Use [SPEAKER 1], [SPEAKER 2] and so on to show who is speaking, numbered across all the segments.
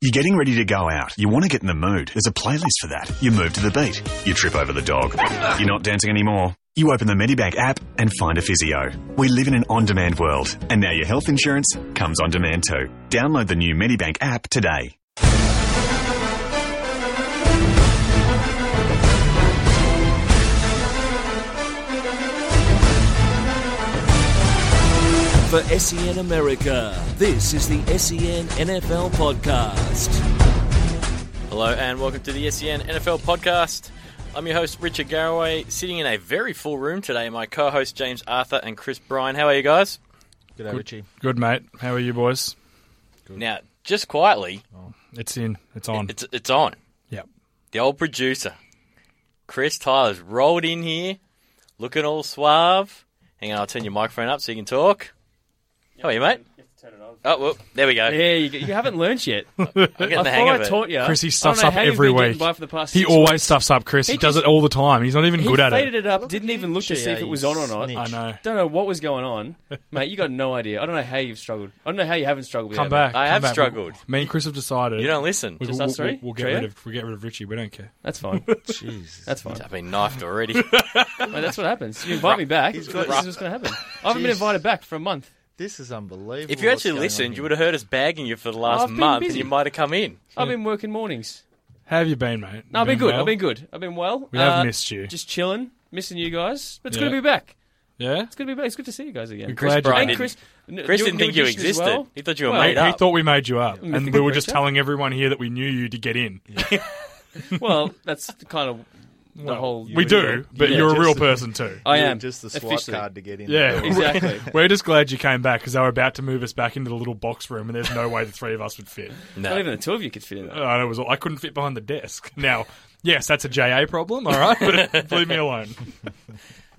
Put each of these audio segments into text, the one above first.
[SPEAKER 1] You're getting ready to go out. You want to get in the mood. There's a playlist for that. You move to the beat. You trip over the dog. You're not dancing anymore. You open the Medibank app and find a physio. We live in an on demand world, and now your health insurance comes on demand too. Download the new Medibank app today.
[SPEAKER 2] For SEN America, this is the E SEN NFL Podcast.
[SPEAKER 3] Hello and welcome to the E SEN NFL podcast. I'm your host Richard Garraway, sitting in a very full room today. My co-host James Arthur and Chris Bryan. How are you guys?
[SPEAKER 4] G'day, Richie.
[SPEAKER 5] Good mate. How are you boys?
[SPEAKER 3] Now, just quietly,
[SPEAKER 5] It's in. It's on.
[SPEAKER 3] it's it's on.
[SPEAKER 5] yep.
[SPEAKER 3] The old producer, Chris Tyler's rolled in here, looking all suave. Hang on, I'll turn your microphone up so you can talk. How are you, mate? Oh, well, there we go.
[SPEAKER 4] Yeah, you, you haven't learnt yet. I
[SPEAKER 3] I'm getting
[SPEAKER 4] thought
[SPEAKER 3] the hang
[SPEAKER 4] I
[SPEAKER 3] of it.
[SPEAKER 4] taught you.
[SPEAKER 5] Chris, he
[SPEAKER 4] I don't
[SPEAKER 5] stuffs
[SPEAKER 4] know
[SPEAKER 5] up
[SPEAKER 4] how you've
[SPEAKER 5] every
[SPEAKER 4] been getting
[SPEAKER 5] week.
[SPEAKER 4] by for the past
[SPEAKER 5] He
[SPEAKER 4] six
[SPEAKER 5] always
[SPEAKER 4] weeks.
[SPEAKER 5] stuffs up, Chris. He, does
[SPEAKER 4] just-
[SPEAKER 5] it all the time. He's not even
[SPEAKER 4] He
[SPEAKER 5] good at
[SPEAKER 4] faded
[SPEAKER 5] it.
[SPEAKER 4] it up, didn't even look to see if it was on or not.
[SPEAKER 5] I know.
[SPEAKER 4] Don't know what was going on, mate. You got no idea. I don't know how you've struggled. I don't know how you haven't struggled.
[SPEAKER 5] Come
[SPEAKER 4] without
[SPEAKER 5] back.
[SPEAKER 3] I
[SPEAKER 5] come
[SPEAKER 3] have
[SPEAKER 5] back.
[SPEAKER 3] struggled.
[SPEAKER 5] Me and Chris have decided.
[SPEAKER 3] You don't listen.
[SPEAKER 5] We,
[SPEAKER 3] Just
[SPEAKER 5] will
[SPEAKER 4] us three?
[SPEAKER 5] We'll get
[SPEAKER 4] Trio?
[SPEAKER 5] rid of. We'll get rid of Richie. We don't care.
[SPEAKER 4] it. That's fine. That's fine.
[SPEAKER 3] I've been knifed already.
[SPEAKER 4] Mate, that's what happens. You invite me back. This is what's going to happen. I haven't been
[SPEAKER 6] Jeez.
[SPEAKER 4] invited back for a month.
[SPEAKER 6] This is unbelievable.
[SPEAKER 3] if you
[SPEAKER 6] what's
[SPEAKER 3] actually
[SPEAKER 6] going on
[SPEAKER 3] listened, you
[SPEAKER 6] here.
[SPEAKER 3] would have heard us bagging you for the last
[SPEAKER 4] I've been
[SPEAKER 3] month, and
[SPEAKER 4] busy.
[SPEAKER 3] you might have come in.
[SPEAKER 4] I've been working mornings.
[SPEAKER 5] How have you been, mate?
[SPEAKER 4] No, I've been good.
[SPEAKER 5] well?
[SPEAKER 4] I've been good. I've been well. Uh,
[SPEAKER 5] We have missed you.
[SPEAKER 4] Just chilling, missing you guys. But it's
[SPEAKER 5] Yeah.
[SPEAKER 4] good to be back.
[SPEAKER 5] Yeah.
[SPEAKER 4] It's good to be back. It's good to see you guys again.
[SPEAKER 5] Glad you-
[SPEAKER 3] Bryan
[SPEAKER 4] And
[SPEAKER 3] didn't-
[SPEAKER 4] Chris, n-
[SPEAKER 3] Chris
[SPEAKER 4] new-
[SPEAKER 3] didn't
[SPEAKER 4] new
[SPEAKER 3] think you
[SPEAKER 4] addition as
[SPEAKER 3] existed.
[SPEAKER 4] well.
[SPEAKER 3] He thought you were
[SPEAKER 4] Well,
[SPEAKER 3] made
[SPEAKER 5] He,
[SPEAKER 3] up.
[SPEAKER 5] he thought we made you up, and we were just
[SPEAKER 4] Richie.
[SPEAKER 5] telling everyone here that we knew you to get in.
[SPEAKER 4] Well, that's the kind of the whole.
[SPEAKER 5] we do, but
[SPEAKER 4] Yeah,
[SPEAKER 5] you're a real
[SPEAKER 6] just-
[SPEAKER 5] person too.
[SPEAKER 4] I
[SPEAKER 6] You were
[SPEAKER 4] am
[SPEAKER 6] just the swipe
[SPEAKER 4] officially.
[SPEAKER 6] card to get in.
[SPEAKER 5] Yeah,
[SPEAKER 4] Exactly.
[SPEAKER 5] We're just glad you came back because they were about to move us back into the little box room, and there's no way the three of us would fit.
[SPEAKER 4] Not even the two of you could fit in that.
[SPEAKER 5] I know it was all, I couldn't fit behind the desk. Now, yes, that's a JA problem, all right, but leave me alone.
[SPEAKER 4] No,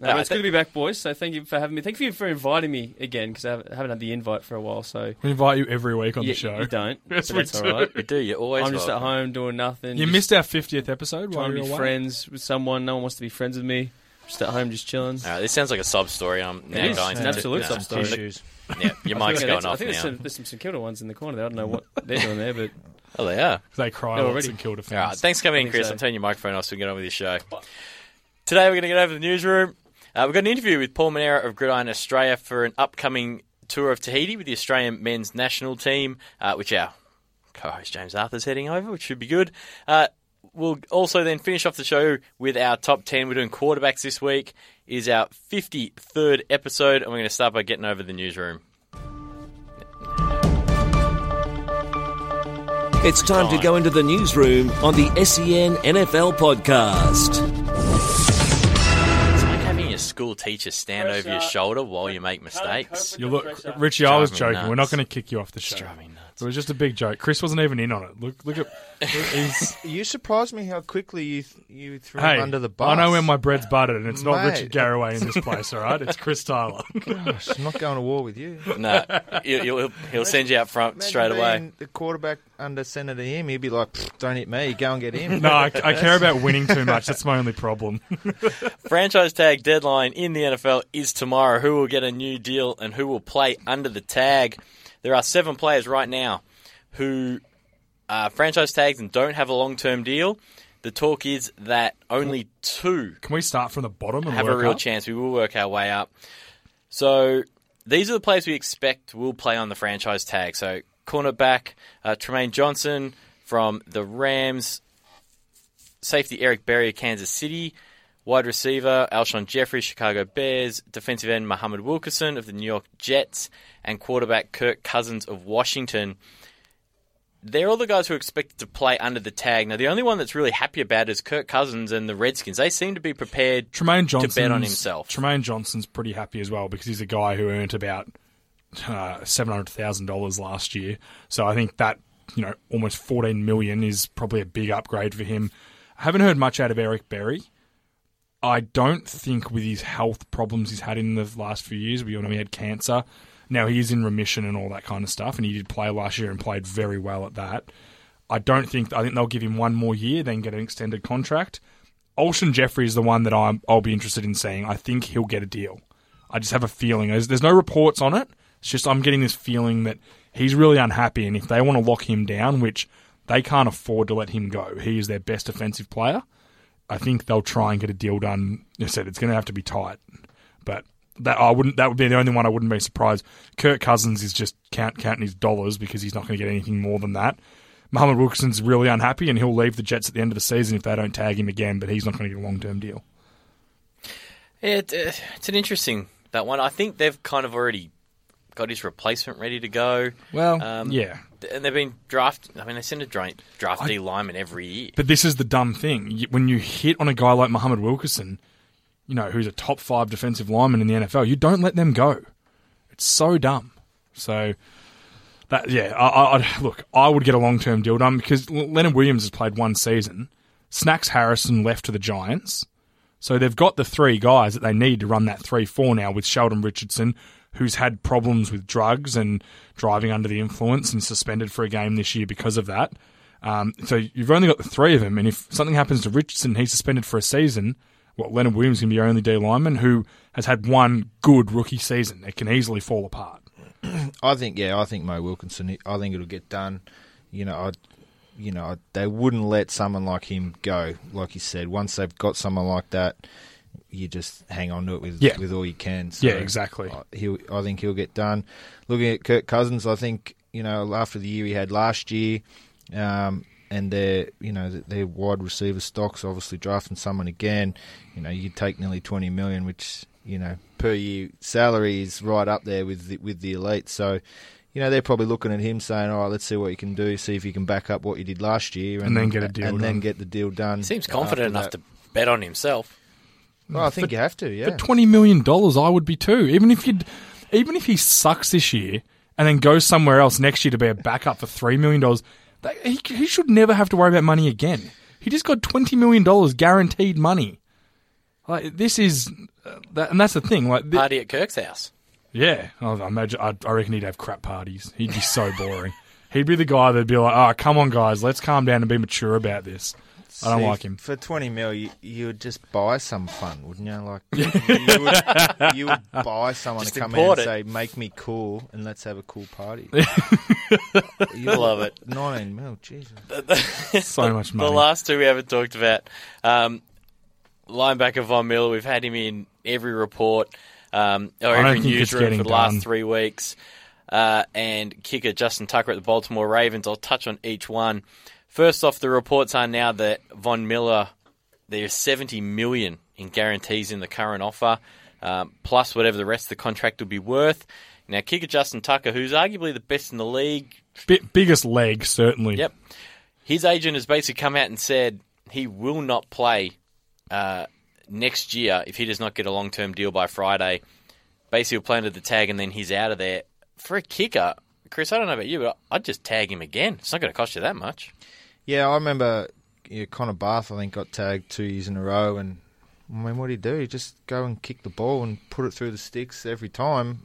[SPEAKER 3] No,
[SPEAKER 4] but
[SPEAKER 3] I
[SPEAKER 4] it's
[SPEAKER 3] thi-
[SPEAKER 4] good to be back, boys. So thank you for having me. Thank you for inviting me again because I haven't haven't had the invite for a while. So
[SPEAKER 5] We invite you every week on
[SPEAKER 4] Yeah,
[SPEAKER 5] the show.
[SPEAKER 4] you don't.
[SPEAKER 5] Yes,
[SPEAKER 4] but
[SPEAKER 5] we
[SPEAKER 4] that's
[SPEAKER 5] do.
[SPEAKER 4] all right.
[SPEAKER 3] You do. You're always
[SPEAKER 4] I'm just at
[SPEAKER 3] welcome.
[SPEAKER 4] home doing nothing.
[SPEAKER 5] You
[SPEAKER 4] just
[SPEAKER 5] missed our 50th episode while
[SPEAKER 4] trying
[SPEAKER 5] you
[SPEAKER 4] to
[SPEAKER 5] were
[SPEAKER 4] be
[SPEAKER 5] away.
[SPEAKER 4] friends with someone. No one wants to be friends with me. Just at home, just chilling.
[SPEAKER 3] All right, this sounds like a sub story. I'm now
[SPEAKER 4] is
[SPEAKER 3] going
[SPEAKER 4] an
[SPEAKER 3] to
[SPEAKER 4] absolute sub story.
[SPEAKER 3] Issues. Yeah, your
[SPEAKER 4] I think
[SPEAKER 3] mic's going
[SPEAKER 4] that's- I
[SPEAKER 3] off
[SPEAKER 4] think there's
[SPEAKER 3] now.
[SPEAKER 4] some, there's some St Kilda ones in the corner there. I don't know what they're doing there, but
[SPEAKER 3] Oh, they are.
[SPEAKER 5] 'Cause They cry
[SPEAKER 4] No,
[SPEAKER 5] lots
[SPEAKER 4] already.
[SPEAKER 5] and kill defense.
[SPEAKER 3] All right, thanks for coming in,
[SPEAKER 4] think
[SPEAKER 3] Chris.
[SPEAKER 4] so.
[SPEAKER 3] I'm turning your microphone off so we can get on with this show. Today we're going to get over to the newsroom. Uh, we've got an interview with Paul Monera of Gridiron Australia for an upcoming tour of Tahiti with the Australian men's national team, uh, which our co-host James Arthur's heading over, which should be good. Uh, we'll also then finish off the show with our top 10. We're doing quarterbacks this week. It is our 53rd episode, and we're going to start by getting over the newsroom.
[SPEAKER 2] It's time to go into the newsroom on the E SEN NFL Podcast.
[SPEAKER 3] It's like having your school teacher stand over your shoulder while you make mistakes.
[SPEAKER 5] You look, Richie. I was
[SPEAKER 3] Driving
[SPEAKER 5] joking. We're not
[SPEAKER 3] nuts.
[SPEAKER 5] going to kick you off the show.
[SPEAKER 3] driving nuts.
[SPEAKER 5] It was just a big joke. Chris wasn't even in on it. Look, look at. he's,
[SPEAKER 6] You surprised me how quickly you th- you threw
[SPEAKER 5] hey,
[SPEAKER 6] him under the bus.
[SPEAKER 5] I know when my bread's buttered, and it's not
[SPEAKER 6] Mate.
[SPEAKER 5] Richard Garraway in this place. All right, it's Chris Tyler.
[SPEAKER 6] Gosh, I'm not going to war with you.
[SPEAKER 3] No, he'll, he'll, he'll send you out front
[SPEAKER 6] Imagine
[SPEAKER 3] straight away.
[SPEAKER 6] being The quarterback under center to him, he'd be like, "Pfft, "Don't hit me. Go and get him."
[SPEAKER 5] no, I, I care about winning too much. That's my only problem.
[SPEAKER 3] Franchise tag deadline in the NFL is tomorrow. Who will get a new deal and who will play under the tag? There are seven players right now who are franchise tags and don't have a long term deal. The talk is that only two
[SPEAKER 5] Can we start from the bottom and
[SPEAKER 3] have a
[SPEAKER 5] work
[SPEAKER 3] real
[SPEAKER 5] up?
[SPEAKER 3] chance. We will work our way up. So these are the players we expect will play on the franchise tag. So cornerback uh, Tremaine Johnson from the Rams, safety Eric Berry of Kansas City, wide receiver Alshon Jeffrey Chicago Bears, defensive end Muhammad Wilkerson of the New York Jets, and quarterback Kirk Cousins of Washington. They're all the guys who are expected to play under the tag. Now, the only one that's really happy about it is Kirk Cousins and the Redskins. They seem to be prepared
[SPEAKER 5] Tremaine Johnson's
[SPEAKER 3] to bet on himself.
[SPEAKER 5] Tremaine Johnson's pretty happy as well because he's a guy who earned about uh, seven hundred thousand dollars last year. So I think that you know, almost 14 million is probably a big upgrade for him. I haven't heard much out of Eric Berry. I don't think with his health problems he's had in the last few years, we all know he had cancer. Now he is in remission and all that kind of stuff, and he did play last year and played very well at that. I don't think I think they'll give him one more year, then get an extended contract. Olshan Jeffrey is the one that I'm, I'll be interested in seeing. I think he'll get a deal. I just have a feeling. There's, there's no reports on it. It's just I'm getting this feeling that he's really unhappy, and if they want to lock him down, which they can't afford to let him go, he is their best defensive player. I think they'll try and get a deal done. I said it's going to have to be tight, but that I wouldn't. That would be the only one I wouldn't be surprised. Kirk Cousins is just count counting his dollars because he's not going to get anything more than that. Muhammad Wilkinson's really unhappy, and he'll leave the Jets at the end of the season if they don't tag him again. But he's not going to get a long term deal.
[SPEAKER 3] It, uh, it's an interesting that one. I think they've kind of already got his replacement ready to go. Um,
[SPEAKER 5] Well, yeah.
[SPEAKER 3] th- and they've been draft. I mean, they send a dra- draft D lineman every year.
[SPEAKER 5] But this is the dumb thing. You- When you hit on a guy like Muhammad Wilkerson, you know, who's a top five defensive lineman in the NFL, you don't let them go. It's so dumb. So, that yeah, I, I, I'd, look, I would get a long term deal done because L- Leonard Williams has played one season. Snacks Harrison left to the Giants. So they've got the three guys that they need to run that 3 4 now with Sheldon Richardson, who's had problems with drugs and driving under the influence and suspended for a game this year because of that. Um, so you've only got the three of them, and if something happens to Richardson, he's suspended for a season. Well, Leonard Williams can be your only D lineman who has had one good rookie season. It can easily fall apart.
[SPEAKER 6] I think yeah, I think Mo Wilkinson. I think it'll get done. You know, I, you know, I, they wouldn't let someone like him go. Like you said, once they've got someone like that, you just hang on to it with
[SPEAKER 5] Yeah.
[SPEAKER 6] with all you can. So
[SPEAKER 5] Yeah, exactly.
[SPEAKER 6] I, he'll, I think he'll get done. Looking at Kirk Cousins, I think you know after the year he had last year, um, and their you know th- their wide receiver stocks obviously drafting someone again. You know, you take nearly twenty million, which you know per year salary is right up there with the, with the elite. So. You know they're probably looking at him saying, "All right, let's see what you can do. See if you can back up what you did last year,
[SPEAKER 5] And then get a deal
[SPEAKER 6] and
[SPEAKER 5] done.
[SPEAKER 6] then get the deal done."
[SPEAKER 3] Seems confident
[SPEAKER 6] after
[SPEAKER 3] enough
[SPEAKER 6] that.
[SPEAKER 3] to bet on himself.
[SPEAKER 6] Well, I think you have to. Yeah,
[SPEAKER 5] For twenty million dollars, I would be too. Even if you, would even if he sucks this year and then goes somewhere else next year to be a backup for three million dollars, that- he, he should never have to worry about money again. He just got twenty million dollars guaranteed money. Like this is, uh, that, and that's the thing. Like, thi-
[SPEAKER 3] Party at Kirk's house.
[SPEAKER 5] yeah, I I imagine. I, I reckon he'd have crap parties. He'd be so boring. he'd be the guy that'd be like, "Oh, come on, guys, let's calm down and be mature about this." I don't
[SPEAKER 6] See,
[SPEAKER 5] like him.
[SPEAKER 6] For 20 mil, you, you would just buy some fun, wouldn't you? Like, you would, you would buy someone
[SPEAKER 3] Just
[SPEAKER 6] to come in
[SPEAKER 3] import
[SPEAKER 6] and
[SPEAKER 3] it.
[SPEAKER 6] say, make me cool and let's have a cool party.
[SPEAKER 3] You love it.
[SPEAKER 6] 19 mil, Jesus.
[SPEAKER 5] So much money.
[SPEAKER 3] The last two we haven't talked about. Um, linebacker Von Miller, we've had him in every report um, or
[SPEAKER 5] don't
[SPEAKER 3] every
[SPEAKER 5] think it's
[SPEAKER 3] newsroom
[SPEAKER 5] getting
[SPEAKER 3] for the last
[SPEAKER 5] done.
[SPEAKER 3] three weeks. Uh, and kicker Justin Tucker at the Baltimore Ravens. I'll touch on each one. First off, the reports are now that Von Miller, there's 70 million in guarantees in the current offer, um, plus whatever the rest of the contract will be worth. Now, kicker Justin Tucker, who's arguably the best in the league,
[SPEAKER 5] Bi- biggest leg, certainly.
[SPEAKER 3] Yep. His agent has basically come out and said he will not play uh, next year if he does not get a long term deal by Friday. Basically, planted the tag and then he's out of there. For a kicker, Chris, I don't know about you, but I'd just tag him again. It's not going to cost you that much.
[SPEAKER 6] Yeah, I remember yeah, Connor Barth, I think, got tagged two years in a row. And, I mean, what did he do? He just go and kick the ball and put it through the sticks every time.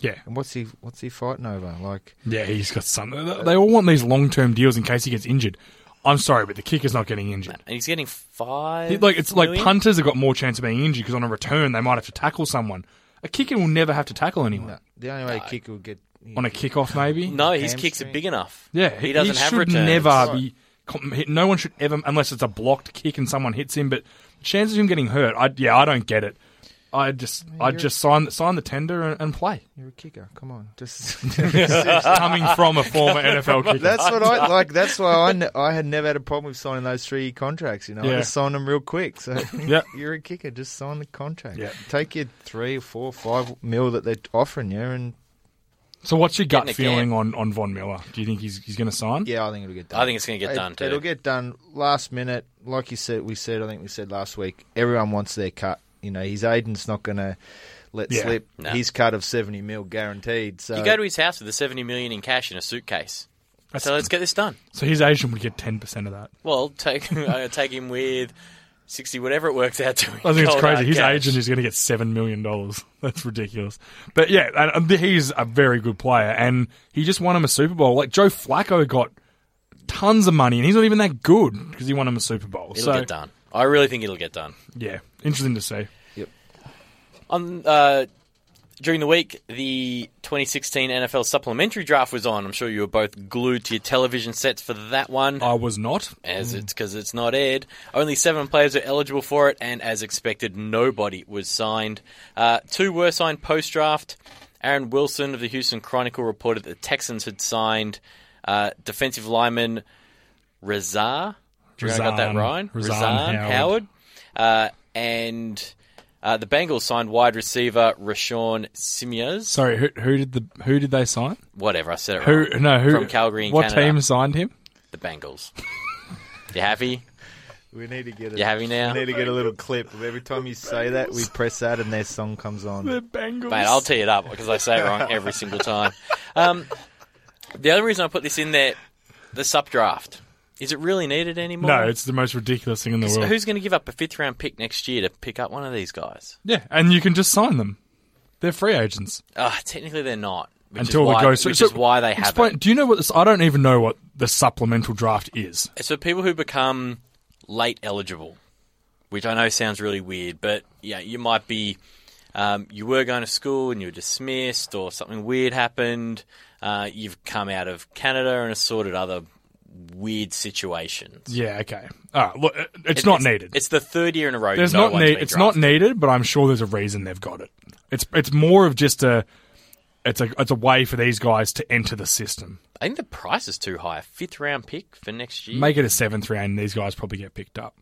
[SPEAKER 5] Yeah.
[SPEAKER 6] And what's he what's he fighting over? Like,
[SPEAKER 5] Yeah, he's got something. They all want these long term deals in case he gets injured. I'm sorry, but the kicker's not getting injured.
[SPEAKER 3] And he's getting five.
[SPEAKER 5] It- Like it's like
[SPEAKER 3] million?
[SPEAKER 5] punters have got more chance of being injured because on a return they might have to tackle someone. A kicker will never have to tackle anyone
[SPEAKER 6] no, the only way a kicker would get.
[SPEAKER 5] on a kickoff, maybe.
[SPEAKER 3] No, his
[SPEAKER 6] Hamstring.
[SPEAKER 3] kicks are big enough.
[SPEAKER 5] yeah,
[SPEAKER 3] he doesn't have
[SPEAKER 5] should
[SPEAKER 3] returns.
[SPEAKER 5] Never be. com- hit- No one should ever, unless it's a blocked kick and someone hits him. But chances of him getting hurt, I yeah, I don't get it. I just, I just sign sign the tender and, and play.
[SPEAKER 6] You're a kicker. Come on, just
[SPEAKER 5] Coming from a former NFL kicker,
[SPEAKER 6] That's what I like. That's why I, ne- I had never had a problem with signing those three year contracts. You know,
[SPEAKER 5] Yeah.
[SPEAKER 6] I just signed them real quick. So
[SPEAKER 5] Yeah.
[SPEAKER 6] you're a kicker, just sign the contract.
[SPEAKER 5] Yeah.
[SPEAKER 6] Take your three or four, five mil that they're offering you, and
[SPEAKER 5] So what's your gut
[SPEAKER 3] Getting a
[SPEAKER 5] feeling
[SPEAKER 3] game.
[SPEAKER 5] on, on Von Miller? Do you think he's he's going to sign?
[SPEAKER 6] yeah, I think it'll get done.
[SPEAKER 3] I think it's going to get
[SPEAKER 6] It-
[SPEAKER 3] done too.
[SPEAKER 6] It'll get done last minute, like you said. We said, I think we said last week. Everyone wants their cut. You know, his agent's not going to let
[SPEAKER 5] Yeah.
[SPEAKER 6] slip
[SPEAKER 3] No.
[SPEAKER 6] his cut of seventy mil guaranteed. So
[SPEAKER 3] you go to his house with the seventy million in cash in a suitcase.
[SPEAKER 5] That's-
[SPEAKER 3] So let's get this done.
[SPEAKER 5] So his Asian would get 10% of that.
[SPEAKER 3] Well, take uh, take him with sixty, whatever it works out to.
[SPEAKER 5] I think it's crazy. His
[SPEAKER 3] cash.
[SPEAKER 5] agent is going to get seven million dollars. That's ridiculous. But yeah, and and he's a very good player, and he just won him a Super Bowl. Like Joe Flacco got tons of money, and he's not even that good because he won him a Super Bowl.
[SPEAKER 3] It'll
[SPEAKER 5] so
[SPEAKER 3] get done. I really think it'll get done.
[SPEAKER 5] yeah, interesting to see.
[SPEAKER 3] On uh, during the week, the 2016 NFL supplementary draft was on. I'm sure you were both glued to your television sets for that one,
[SPEAKER 5] I was not.
[SPEAKER 3] as it's because it's not aired. Only seven players are eligible for it, and as expected, nobody was signed. Uh, two were signed post draft. Aaron Wilson of the Houston Chronicle reported that the Texans had signed uh, defensive lineman Razar. Do you reckon I got that
[SPEAKER 5] Razan-
[SPEAKER 3] right?
[SPEAKER 5] Razan
[SPEAKER 3] Razan
[SPEAKER 5] Howard.
[SPEAKER 3] Howard. Uh, and uh, the Bengals signed wide receiver Rashawn Simeos.
[SPEAKER 5] Sorry, who, who did the who did they sign?
[SPEAKER 3] Whatever, I said it
[SPEAKER 5] Who
[SPEAKER 3] wrong.
[SPEAKER 5] no who
[SPEAKER 3] From Calgary in
[SPEAKER 5] What
[SPEAKER 3] Canada.
[SPEAKER 5] team signed him?
[SPEAKER 3] The Bengals. you happy?
[SPEAKER 6] We need to get. A,
[SPEAKER 3] You happy now?
[SPEAKER 6] We need to get a little clip of every time you say that. We press that, and their song comes on.
[SPEAKER 5] Bengals.
[SPEAKER 3] Mate, I'll tee it up because I say it wrong every single time. Um, the other reason I put this in there, the sub draft. Is it really needed anymore?
[SPEAKER 5] no, it's the most ridiculous thing in the
[SPEAKER 3] So
[SPEAKER 5] world.
[SPEAKER 3] who's going to give up a fifth round pick next year to pick up one of these guys?
[SPEAKER 5] yeah, and you can just sign them. They're free agents.
[SPEAKER 3] Uh, technically, they're not. Which
[SPEAKER 5] until
[SPEAKER 3] is why,
[SPEAKER 5] it goes through.
[SPEAKER 3] which
[SPEAKER 5] So,
[SPEAKER 3] is why they have
[SPEAKER 5] explain-
[SPEAKER 3] it.
[SPEAKER 5] Do you know what this? I don't even know what the supplemental draft is.
[SPEAKER 3] It's for people who become late eligible, which I know sounds really weird, but yeah, you might be. Um, you were going to school and you were dismissed, or something weird happened. Uh, you've come out of Canada and assorted other weird situations.
[SPEAKER 5] Yeah. Okay. All right. Look, it- it's
[SPEAKER 3] It-
[SPEAKER 5] not needed.
[SPEAKER 3] It's the third year in a row.
[SPEAKER 5] There's
[SPEAKER 3] no
[SPEAKER 5] not
[SPEAKER 3] one's
[SPEAKER 5] need.
[SPEAKER 3] been
[SPEAKER 5] It's not
[SPEAKER 3] drafted.
[SPEAKER 5] needed, but I'm sure there's a reason they've got it. It's it's more of just a. It's a it's a way for these guys to enter the system.
[SPEAKER 3] I think the price is too high. A fifth round pick for next year.
[SPEAKER 5] Make it a seventh round, and these guys probably get picked up.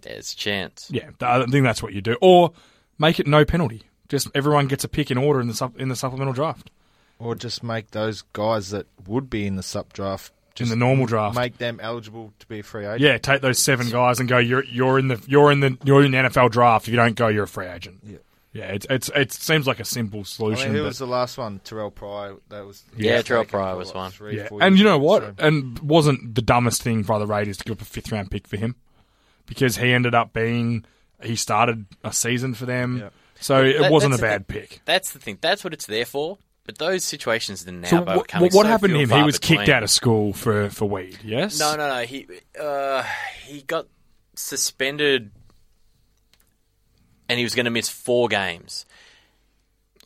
[SPEAKER 3] There's a chance.
[SPEAKER 5] Yeah, th- I think that's what you do, or make it no penalty. Just everyone gets a pick in order in the sup- in the supplemental draft,
[SPEAKER 6] Or just make those guys that would be in the sub draft
[SPEAKER 5] in the normal draft.
[SPEAKER 6] make them eligible to be a free agent.
[SPEAKER 5] Yeah, take those seven guys and go. You're you're in the you're in the you're in the NFL draft. If you don't go, you're a free agent. Yeah, yeah. It's it's it seems like a simple
[SPEAKER 6] I mean,
[SPEAKER 5] solution.
[SPEAKER 6] who
[SPEAKER 5] but-
[SPEAKER 6] was the last one? Terrell Pryor. That was
[SPEAKER 3] Yeah,
[SPEAKER 6] he
[SPEAKER 3] Terrell
[SPEAKER 6] taken
[SPEAKER 3] Pryor
[SPEAKER 6] for,
[SPEAKER 3] was one.
[SPEAKER 6] three,
[SPEAKER 5] yeah,
[SPEAKER 6] four
[SPEAKER 5] and
[SPEAKER 6] years
[SPEAKER 5] you know
[SPEAKER 6] ago,
[SPEAKER 5] what?
[SPEAKER 6] so-
[SPEAKER 5] And wasn't the dumbest thing by the Raiders to give up a fifth round pick for him because he ended up being he started a season for them,
[SPEAKER 6] Yeah.
[SPEAKER 5] so it
[SPEAKER 3] That-
[SPEAKER 5] wasn't a
[SPEAKER 3] that's the
[SPEAKER 5] bad
[SPEAKER 3] thing.
[SPEAKER 5] pick.
[SPEAKER 3] That's the thing. That's what it's there for. But those situations are now
[SPEAKER 5] So
[SPEAKER 3] becoming
[SPEAKER 5] what, what
[SPEAKER 3] so
[SPEAKER 5] happened
[SPEAKER 3] few
[SPEAKER 5] to
[SPEAKER 3] and
[SPEAKER 5] him? He
[SPEAKER 3] far
[SPEAKER 5] was kicked
[SPEAKER 3] between.
[SPEAKER 5] out of school for for weed. Yes.
[SPEAKER 3] No, no, no. He uh, he got suspended, and he was going to miss four games,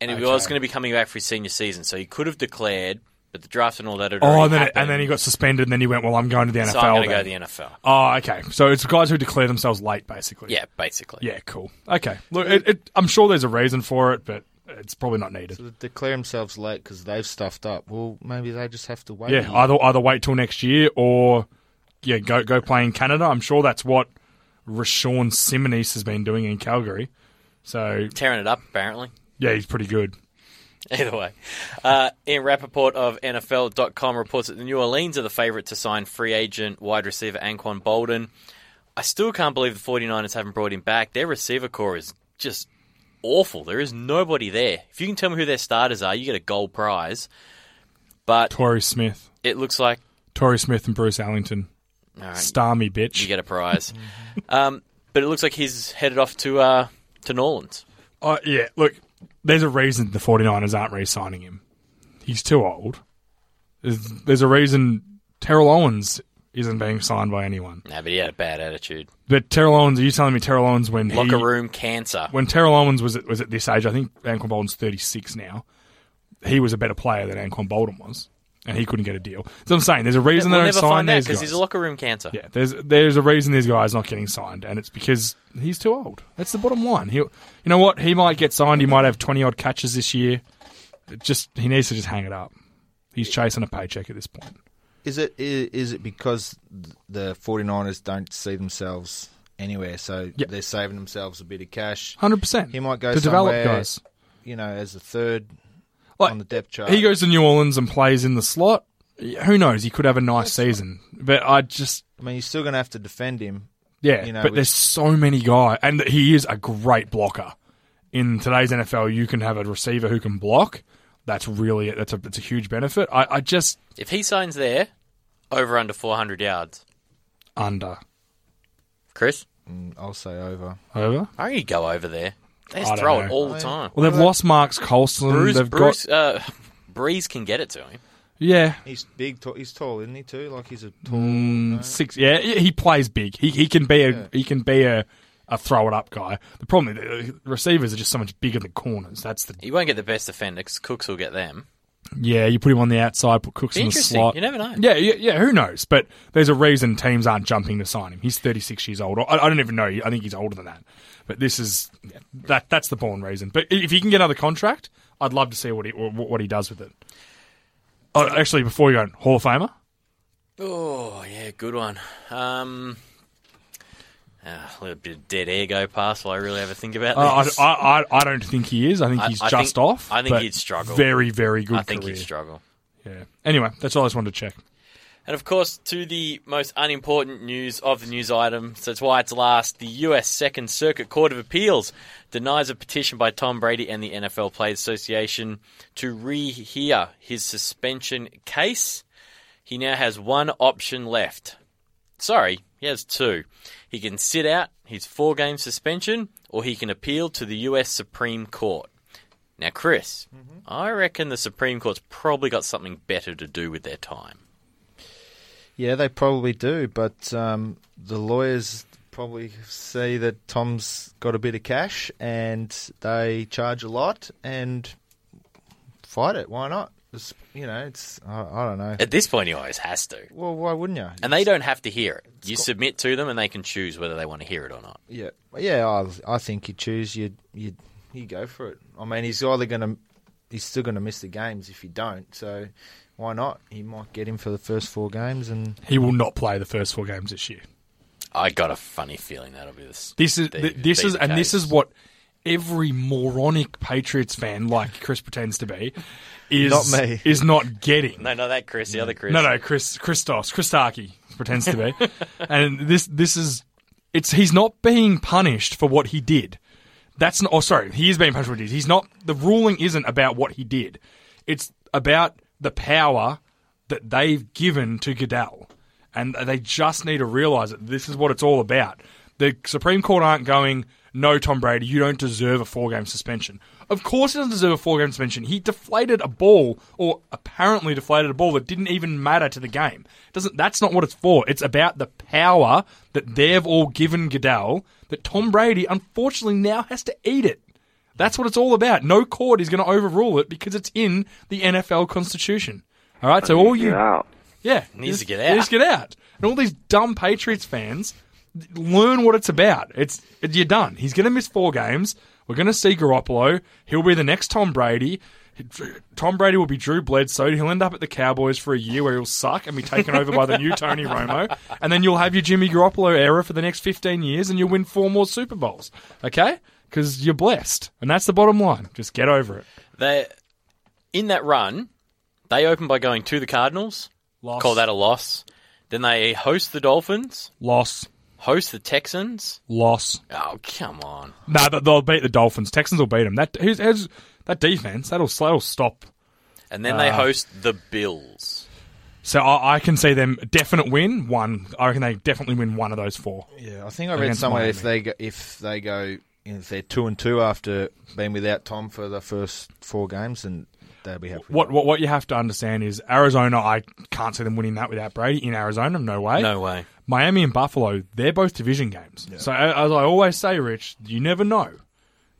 [SPEAKER 3] and he was
[SPEAKER 5] Okay.
[SPEAKER 3] going to be coming back for his senior season. So he could have declared, but the draft and all that had
[SPEAKER 5] Oh,
[SPEAKER 3] already
[SPEAKER 5] and then,
[SPEAKER 3] happened.
[SPEAKER 5] and then he got suspended, and then he went. Well, I'm going to the NFL.
[SPEAKER 3] so I'm going to
[SPEAKER 5] then.
[SPEAKER 3] go to the NFL.
[SPEAKER 5] oh, okay. So it's guys who declare themselves late, basically.
[SPEAKER 3] Yeah, basically.
[SPEAKER 5] Yeah, cool. Okay. Look, it, it, I'm sure there's a reason for it, but it's probably not needed.
[SPEAKER 6] So they declare themselves late because they've stuffed up. Well, maybe they just have to wait. a
[SPEAKER 5] Yeah,
[SPEAKER 6] year.
[SPEAKER 5] either either wait till next year or yeah, go go play in Canada. I'm sure that's what Rashawn Simonese has been doing in Calgary. So
[SPEAKER 3] tearing it up apparently.
[SPEAKER 5] yeah, he's pretty good.
[SPEAKER 3] Either way, uh, Ian Rappaport of NFL.com reports that the New Orleans are the favourite to sign free agent wide receiver Anquan Bolden. I still can't believe the 49ers haven't brought him back. Their receiver core is just awful. There is nobody there. If you can tell me who their starters are, you get a gold prize. But
[SPEAKER 5] Torrey Smith,
[SPEAKER 3] it looks like
[SPEAKER 5] Torrey Smith, and Bruce Allington.
[SPEAKER 3] all right,
[SPEAKER 5] Star me,
[SPEAKER 3] you
[SPEAKER 5] bitch.
[SPEAKER 3] get a prize. um, but it looks like he's headed off to uh, to Norlands.
[SPEAKER 5] Uh, yeah, look, there's a reason the 49ers aren't re-signing him. He's too old. There's, there's a reason Terrell Owens isn't being signed by anyone.
[SPEAKER 3] No, but he had a bad attitude.
[SPEAKER 5] But Terrell Owens, are you telling me Terrell Owens when he,
[SPEAKER 3] Locker room cancer.
[SPEAKER 5] when Terrell Owens was at, was at this age, I think Anquan Bolden's 36 now, he was a better player than Anquan Bolden was, and he couldn't get a deal. So I'm saying there's a reason
[SPEAKER 3] we'll
[SPEAKER 5] they don't
[SPEAKER 3] never
[SPEAKER 5] sign
[SPEAKER 3] find out
[SPEAKER 5] these
[SPEAKER 3] because
[SPEAKER 5] guys.
[SPEAKER 3] he's a locker room cancer.
[SPEAKER 5] yeah, there's there's a reason these guys not getting signed, and it's because he's too old. That's the bottom line. He, you know what? He might get signed. He might have 20 odd catches this year. It just he needs to just hang it up. He's chasing a paycheck at this point.
[SPEAKER 6] Is it is, is it because th- the 49ers don't see themselves anywhere, so
[SPEAKER 5] Yep.
[SPEAKER 6] they're saving themselves a bit of cash?
[SPEAKER 5] 100. percent
[SPEAKER 6] He might go
[SPEAKER 5] to develop
[SPEAKER 6] somewhere
[SPEAKER 5] guys.
[SPEAKER 6] You know, as a third
[SPEAKER 5] Like,
[SPEAKER 6] on the depth chart.
[SPEAKER 5] He goes to New Orleans and plays in the slot. Who knows? He could have a nice season, but I just
[SPEAKER 6] I mean, you're still going to have to defend him.
[SPEAKER 5] Yeah,
[SPEAKER 6] you know,
[SPEAKER 5] but
[SPEAKER 6] which-
[SPEAKER 5] there's so many guys, and he is a great blocker. In today's NFL, you can have a receiver who can block. That's really that's a that's a huge benefit. I, I just
[SPEAKER 3] If he signs there, Over under 400 yards.
[SPEAKER 5] Under.
[SPEAKER 3] Chris?
[SPEAKER 6] Mm, I'll say over.
[SPEAKER 5] Over.
[SPEAKER 3] I reckon you go over there. They
[SPEAKER 5] I
[SPEAKER 3] just
[SPEAKER 5] don't
[SPEAKER 3] throw it
[SPEAKER 5] know.
[SPEAKER 3] all the time.
[SPEAKER 5] Well, they've lost Marks Colson.
[SPEAKER 3] Bruce,
[SPEAKER 5] they've
[SPEAKER 3] Bruce,
[SPEAKER 5] got
[SPEAKER 3] uh, Breeze can get it to him.
[SPEAKER 5] yeah,
[SPEAKER 6] He's big. Tall, he's tall, isn't he? Too like he's a tall.
[SPEAKER 5] mm, six. Yeah, he he plays big. He he can be a he can be a, a throw it up guy. The problem is the receivers are just so much bigger than corners. That's the
[SPEAKER 3] He won't get the best defender 'cause Cooks will get them.
[SPEAKER 5] yeah. You put him on the outside, put Cooks in the
[SPEAKER 3] Interesting.
[SPEAKER 5] slot.
[SPEAKER 3] You never know.
[SPEAKER 5] Yeah, yeah, yeah. Who knows? But there's a reason teams aren't jumping to sign him. He's 36 years old. I, I don't even know. I think he's older than that. But this is that. That's the born reason. But if he can get another contract, I'd love to see what he what what he does with it. Oh, actually, before you go, on, Hall of Famer.
[SPEAKER 3] Oh, yeah, good one. Um, ah, a little bit of dead air go past while I really ever think about
[SPEAKER 5] Uh,
[SPEAKER 3] this.
[SPEAKER 5] I, I, I, I don't think he is. I think
[SPEAKER 3] I-
[SPEAKER 5] he's
[SPEAKER 3] I
[SPEAKER 5] just
[SPEAKER 3] think-
[SPEAKER 5] off.
[SPEAKER 3] I think
[SPEAKER 5] but
[SPEAKER 3] he'd struggle.
[SPEAKER 5] Very, very good
[SPEAKER 3] I think
[SPEAKER 5] career.
[SPEAKER 3] he'd struggle.
[SPEAKER 5] yeah. Anyway, that's all I just wanted to check.
[SPEAKER 3] And of course, to the most unimportant news of the news item, so it's why it's last. The US Second Circuit Court of Appeals denies a petition by Tom Brady and the NFL Players Association to rehear his suspension case. He now has one option left. Sorry, he has two. He can sit out his four game suspension, or he can appeal to the US Supreme Court. Now, Chris, I reckon the Supreme Court's probably got something better to do with their time.
[SPEAKER 6] Yeah, they probably do, but um, the lawyers probably see that Tom's got a bit of cash and they charge a lot and fight it. Why not? It's, you know, it's I, I don't know.
[SPEAKER 3] At this point, he always has to.
[SPEAKER 6] Well, why wouldn't you?
[SPEAKER 3] And they don't have to hear it. You submit to them, and they can choose whether they want to hear it or not.
[SPEAKER 6] Yeah, yeah. I, I think you choose. You you you go for it. I mean, he's either gonna he's still gonna miss the games if you don't. So why not? He might get him for the first four games and
[SPEAKER 5] He will not play the first four games this year.
[SPEAKER 3] I got a funny feeling that'll be this.
[SPEAKER 5] This is
[SPEAKER 3] be-
[SPEAKER 5] th- this
[SPEAKER 3] be
[SPEAKER 5] is
[SPEAKER 3] the
[SPEAKER 5] and this
[SPEAKER 3] case.
[SPEAKER 5] is what every moronic Patriots fan like Chris pretends to be is
[SPEAKER 6] Not me.
[SPEAKER 5] is not getting.
[SPEAKER 3] No, no, that Chris, the other Chris.
[SPEAKER 5] No, no, Chris Christos Christaki pretends to be, and this this is it's he's not being punished for what he did. That's not. Oh, sorry, he is being punished for what he did. He's not. The ruling isn't about what he did. It's about the power that they've given to Goodell, and they just need to realize that this is what it's all about. The Supreme Court aren't going. No, Tom Brady, you don't deserve a four-game suspension. Of course, he doesn't deserve a four-game suspension. He deflated a ball, or apparently deflated a ball that didn't even matter to the game. Doesn't that's not what it's for? It's about the power that they've all given Goodell that Tom Brady unfortunately now has to eat it. That's what it's all about. No court is going to overrule it because it's in the NFL Constitution. All right, so all you yeah.
[SPEAKER 3] Needs to get
[SPEAKER 5] Needs to get out. And all these dumb Patriots fans learn what it's about. It's you're done. He's going to miss four games. We're going to see Garoppolo. He'll be the next Tom Brady. Tom Brady will be Drew Bledsoe. He'll end up at the Cowboys for a year where he'll suck and be taken over by the new Tony Romo. And then you'll have your Jimmy Garoppolo era for the next 15 years and you'll win four more Super Bowls. Okay? Because you're blessed. And that's the bottom line. Just get over it.
[SPEAKER 3] They in that run, they open by going to the Cardinals.
[SPEAKER 5] Loss.
[SPEAKER 3] Call that a loss. Then they host the Dolphins,
[SPEAKER 5] Loss.
[SPEAKER 3] host the Texans.
[SPEAKER 5] Loss.
[SPEAKER 3] Oh come on!
[SPEAKER 5] No, nah, they'll beat the Dolphins. Texans will beat them. That who's, who's, that defense that'll that'll stop.
[SPEAKER 3] And then
[SPEAKER 5] Uh,
[SPEAKER 3] they host the Bills.
[SPEAKER 5] So I, I can see them definite win one. I reckon they definitely win one of those four.
[SPEAKER 6] Yeah, I think I read
[SPEAKER 5] Against
[SPEAKER 6] somewhere if
[SPEAKER 5] Miami.
[SPEAKER 6] they go, if they go if they're two and two after being without Tom for the first four games, then they'll be happy.
[SPEAKER 5] What what what you have to understand is Arizona. I can't see them winning that without Brady in Arizona. No way.
[SPEAKER 3] No way.
[SPEAKER 5] Miami and Buffalo. They're both division games. So a- as I always say, Rich, you never know.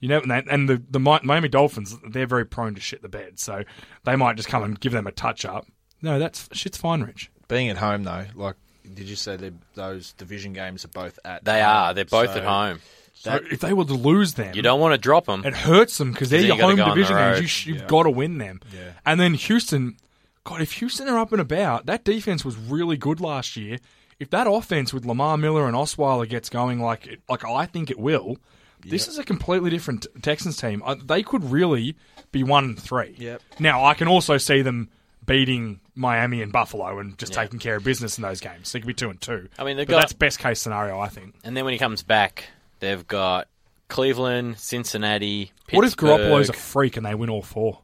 [SPEAKER 5] You never and- and the the Mi- Miami Dolphins. They're very prone to shit the bed. So they might just come and give them a touch up. No, that's shit's fine, Rich.
[SPEAKER 6] Being at home though, like did you say that those division games are both at?
[SPEAKER 3] They
[SPEAKER 6] home?
[SPEAKER 3] are. They're both
[SPEAKER 6] So-
[SPEAKER 3] at home.
[SPEAKER 5] So if they were to lose them,
[SPEAKER 3] You don't want to drop them.
[SPEAKER 5] It hurts them because they're
[SPEAKER 3] Then you
[SPEAKER 5] your
[SPEAKER 3] gotta
[SPEAKER 5] home
[SPEAKER 3] go on the
[SPEAKER 5] division games.
[SPEAKER 3] road.
[SPEAKER 5] You sh- you've got to win them.
[SPEAKER 6] Yeah.
[SPEAKER 5] And then Houston, God, if Houston are up and about, that defense was really good last year. If that offense with Lamar Miller and Osweiler gets going like it, like I think it will, this is a completely different Texans team. Uh, they could really be one and three.
[SPEAKER 6] Yep.
[SPEAKER 5] Now I can also see them beating Miami and Buffalo and just taking care of business in those games. They could be two and two.
[SPEAKER 3] I mean, they've
[SPEAKER 5] but
[SPEAKER 3] got-
[SPEAKER 5] that's best case scenario, I think.
[SPEAKER 3] And then when he comes back, they've got Cleveland, Cincinnati, Pittsburgh.
[SPEAKER 5] What if Garoppolo's a freak and they win all four?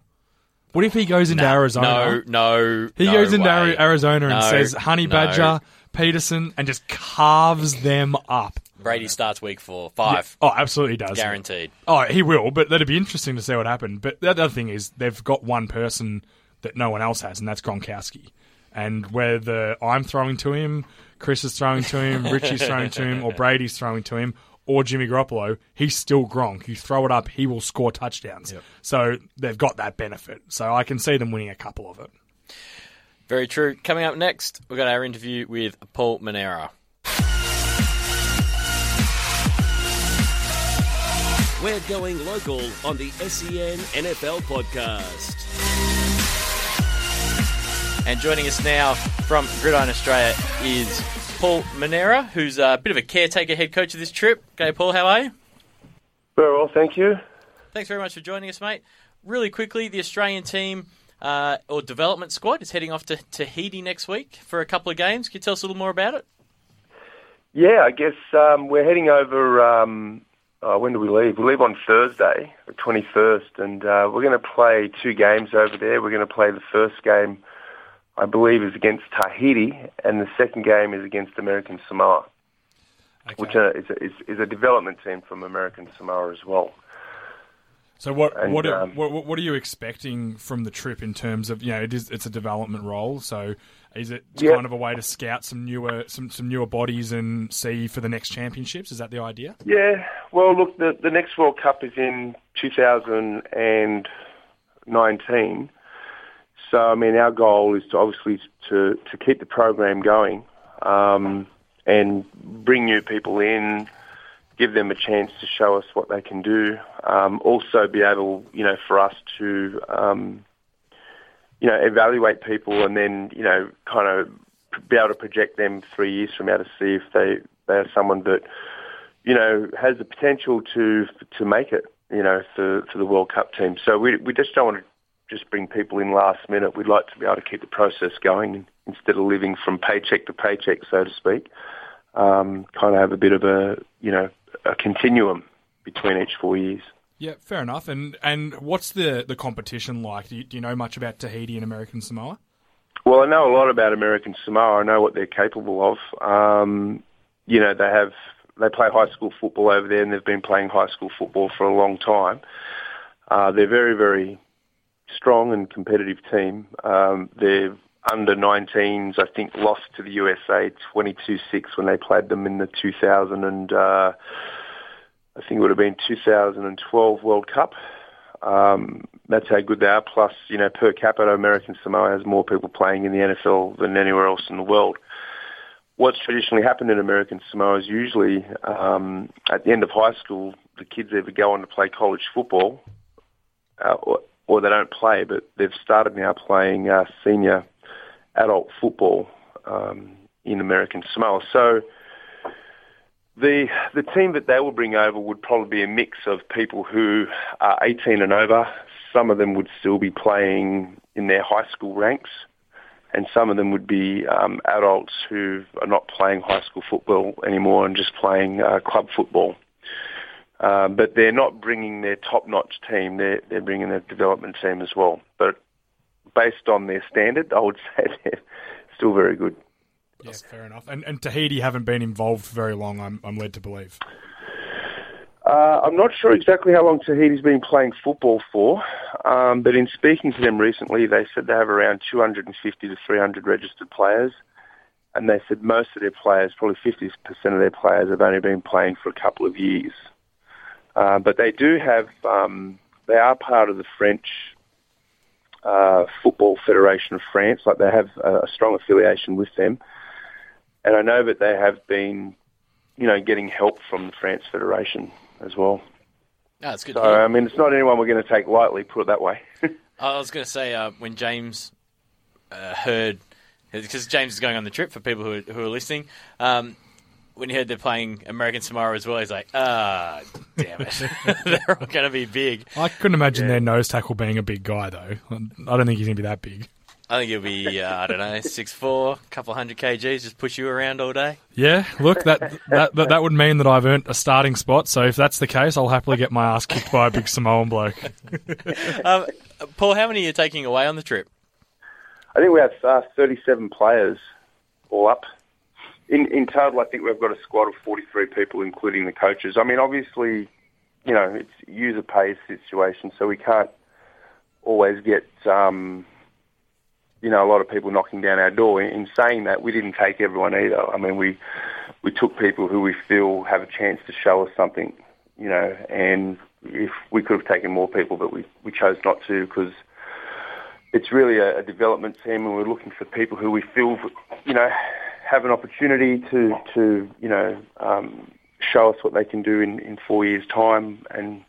[SPEAKER 5] What if he goes into Arizona?
[SPEAKER 3] No, no.
[SPEAKER 5] He
[SPEAKER 3] no
[SPEAKER 5] goes into
[SPEAKER 3] way.
[SPEAKER 5] Ari- Arizona and
[SPEAKER 3] No,
[SPEAKER 5] says Honey
[SPEAKER 3] no.
[SPEAKER 5] Badger, Peterson, and just carves them up.
[SPEAKER 3] Brady starts week four, five,
[SPEAKER 5] Oh, absolutely does.
[SPEAKER 3] guaranteed.
[SPEAKER 5] Oh, he will, but that'd be interesting to see what happened. But the other thing is, they've got one person that no one else has, and that's Gronkowski. And whether I'm throwing to him, Chris is throwing to him, Richie's throwing to him, or Brady's throwing to him, or Jimmy Garoppolo, he's still Gronk. You throw it up, he will score touchdowns. So they've got that benefit. So I can see them winning a couple of it.
[SPEAKER 3] Very true. Coming up next, we've got our interview with Paul Monera.
[SPEAKER 2] We're going local on the E SEN NFL podcast.
[SPEAKER 3] And joining us now from Gridiron Australia is Paul Monera, who's a bit of a caretaker head coach of this trip. Okay, Paul, how are you?
[SPEAKER 7] Very well, thank you.
[SPEAKER 3] Thanks very much for joining us, mate. Really quickly, the Australian team uh, or development squad is heading off to Tahiti next week for a couple of games. Can you tell us a little more about it?
[SPEAKER 7] Yeah, I guess um, we're heading over. Um, uh, when do we leave? We leave on Thursday, the 21st, and uh, we're going to play two games over there. We're going to play the first game, I believe, is against Tahiti, and the second game is against American Samoa, which uh, is, a, is, is a development team from American Samoa as well.
[SPEAKER 5] So what
[SPEAKER 7] And,
[SPEAKER 5] what,
[SPEAKER 7] um,
[SPEAKER 5] what what are you expecting from the trip in terms of you know it is it's a development role so is it
[SPEAKER 7] Yeah.
[SPEAKER 5] kind of a way to scout some newer some, some newer bodies and see for the next championships is that the idea?
[SPEAKER 7] Yeah, well, look, the, the next World Cup is in 2019. So, I mean, our goal is to obviously to, to keep the program going um, and bring new people in, give them a chance to show us what they can do. Um, also be able, you know, for us to, um, you know, evaluate people and then, you know, kind of be able to project them three years from now to see if they, they are someone that you know, has the potential to to make it, you know, for, for the World Cup team. So we we just don't want to just bring people in last minute. We'd like to be able to keep the process going instead of living from paycheck to paycheck, so to speak. Um, kind of have a bit of a you know a continuum between each four years.
[SPEAKER 5] Yeah, fair enough. And and what's the the competition like? Do you, do you know much about Tahiti and American Samoa?
[SPEAKER 7] Well, I know a lot about American Samoa. I know what they're capable of. Um, you know, they have they play high school football over there, and they've been playing high school football for a long time. Uh, they're very, very strong and competitive team. Um, they're under 19s, I think, lost to the USA 22-6 when they played them in the 2000 and uh, I think it would have been 2012 World Cup. Um, that's how good they are. Plus, you know, per capita, American Samoa has more people playing in the NFL than anywhere else in the world. What's traditionally happened in American Samoa is usually um, at the end of high school, the kids either go on to play college football uh, or, or they don't play, but they've started now playing uh, senior adult football um, in American Samoa. So, the the team that they will bring over would probably be a mix of people who are 18 and over. Some of them would still be playing in their high school ranks, and some of them would be um, adults who are not playing high school football anymore and just playing uh, club football. Uh, but they're not bringing their top-notch team. They're they're bringing their development team as well. But based on their standard, I would say they're still very good.
[SPEAKER 5] Yes, fair enough. And and Tahiti haven't been involved for very long. I'm I'm led to believe.
[SPEAKER 7] Uh, I'm not sure exactly how long Tahiti's been playing football for, um, but in speaking to them recently, they said they have around 250 to 300 registered players, and they said most of their players, probably 50% of their players, have only been playing for a couple of years. Uh, but they do have, um, they are part of the French uh, Football Federation of France, like they have a, a strong affiliation with them. And I know that they have been, you know, getting help from the France Federation as well.
[SPEAKER 3] No, it's Ah, good.
[SPEAKER 7] So
[SPEAKER 3] to hear.
[SPEAKER 7] I mean, it's not anyone we're going to take lightly. Put it that way.
[SPEAKER 3] I was going to say uh, when James uh, heard because James is going on the trip for people who are, who are listening. Um, when he heard they're playing American Samoa as well, he's like, "Ah, damn it, they're all going to be big."
[SPEAKER 5] I couldn't imagine their nose tackle being a big guy though. I don't think he's gonna be that big.
[SPEAKER 3] I think it'll be uh, I don't know six four, couple hundred kgs, just push you around all day.
[SPEAKER 5] Yeah, look that that, that that would mean that I've earned a starting spot. So if that's the case, I'll happily get my ass kicked by a big Samoan bloke.
[SPEAKER 3] Um, Paul, how many are you taking away on the trip?
[SPEAKER 7] I think we have uh, 37 players all up. In, in total, I think we've got a squad of 43 people, including the coaches. I mean, obviously, you know, it's user pays situation, so we can't always get, um, you know, a lot of people knocking down our door. In, in saying that, we didn't take everyone either. I mean, we we took people who we feel have a chance to show us something, you know, and if we could have taken more people, but we, we chose not to because it's really a, a development team, and we're looking for people who we feel, you know, have an opportunity to to you know um, show us what they can do in, in four years' time. And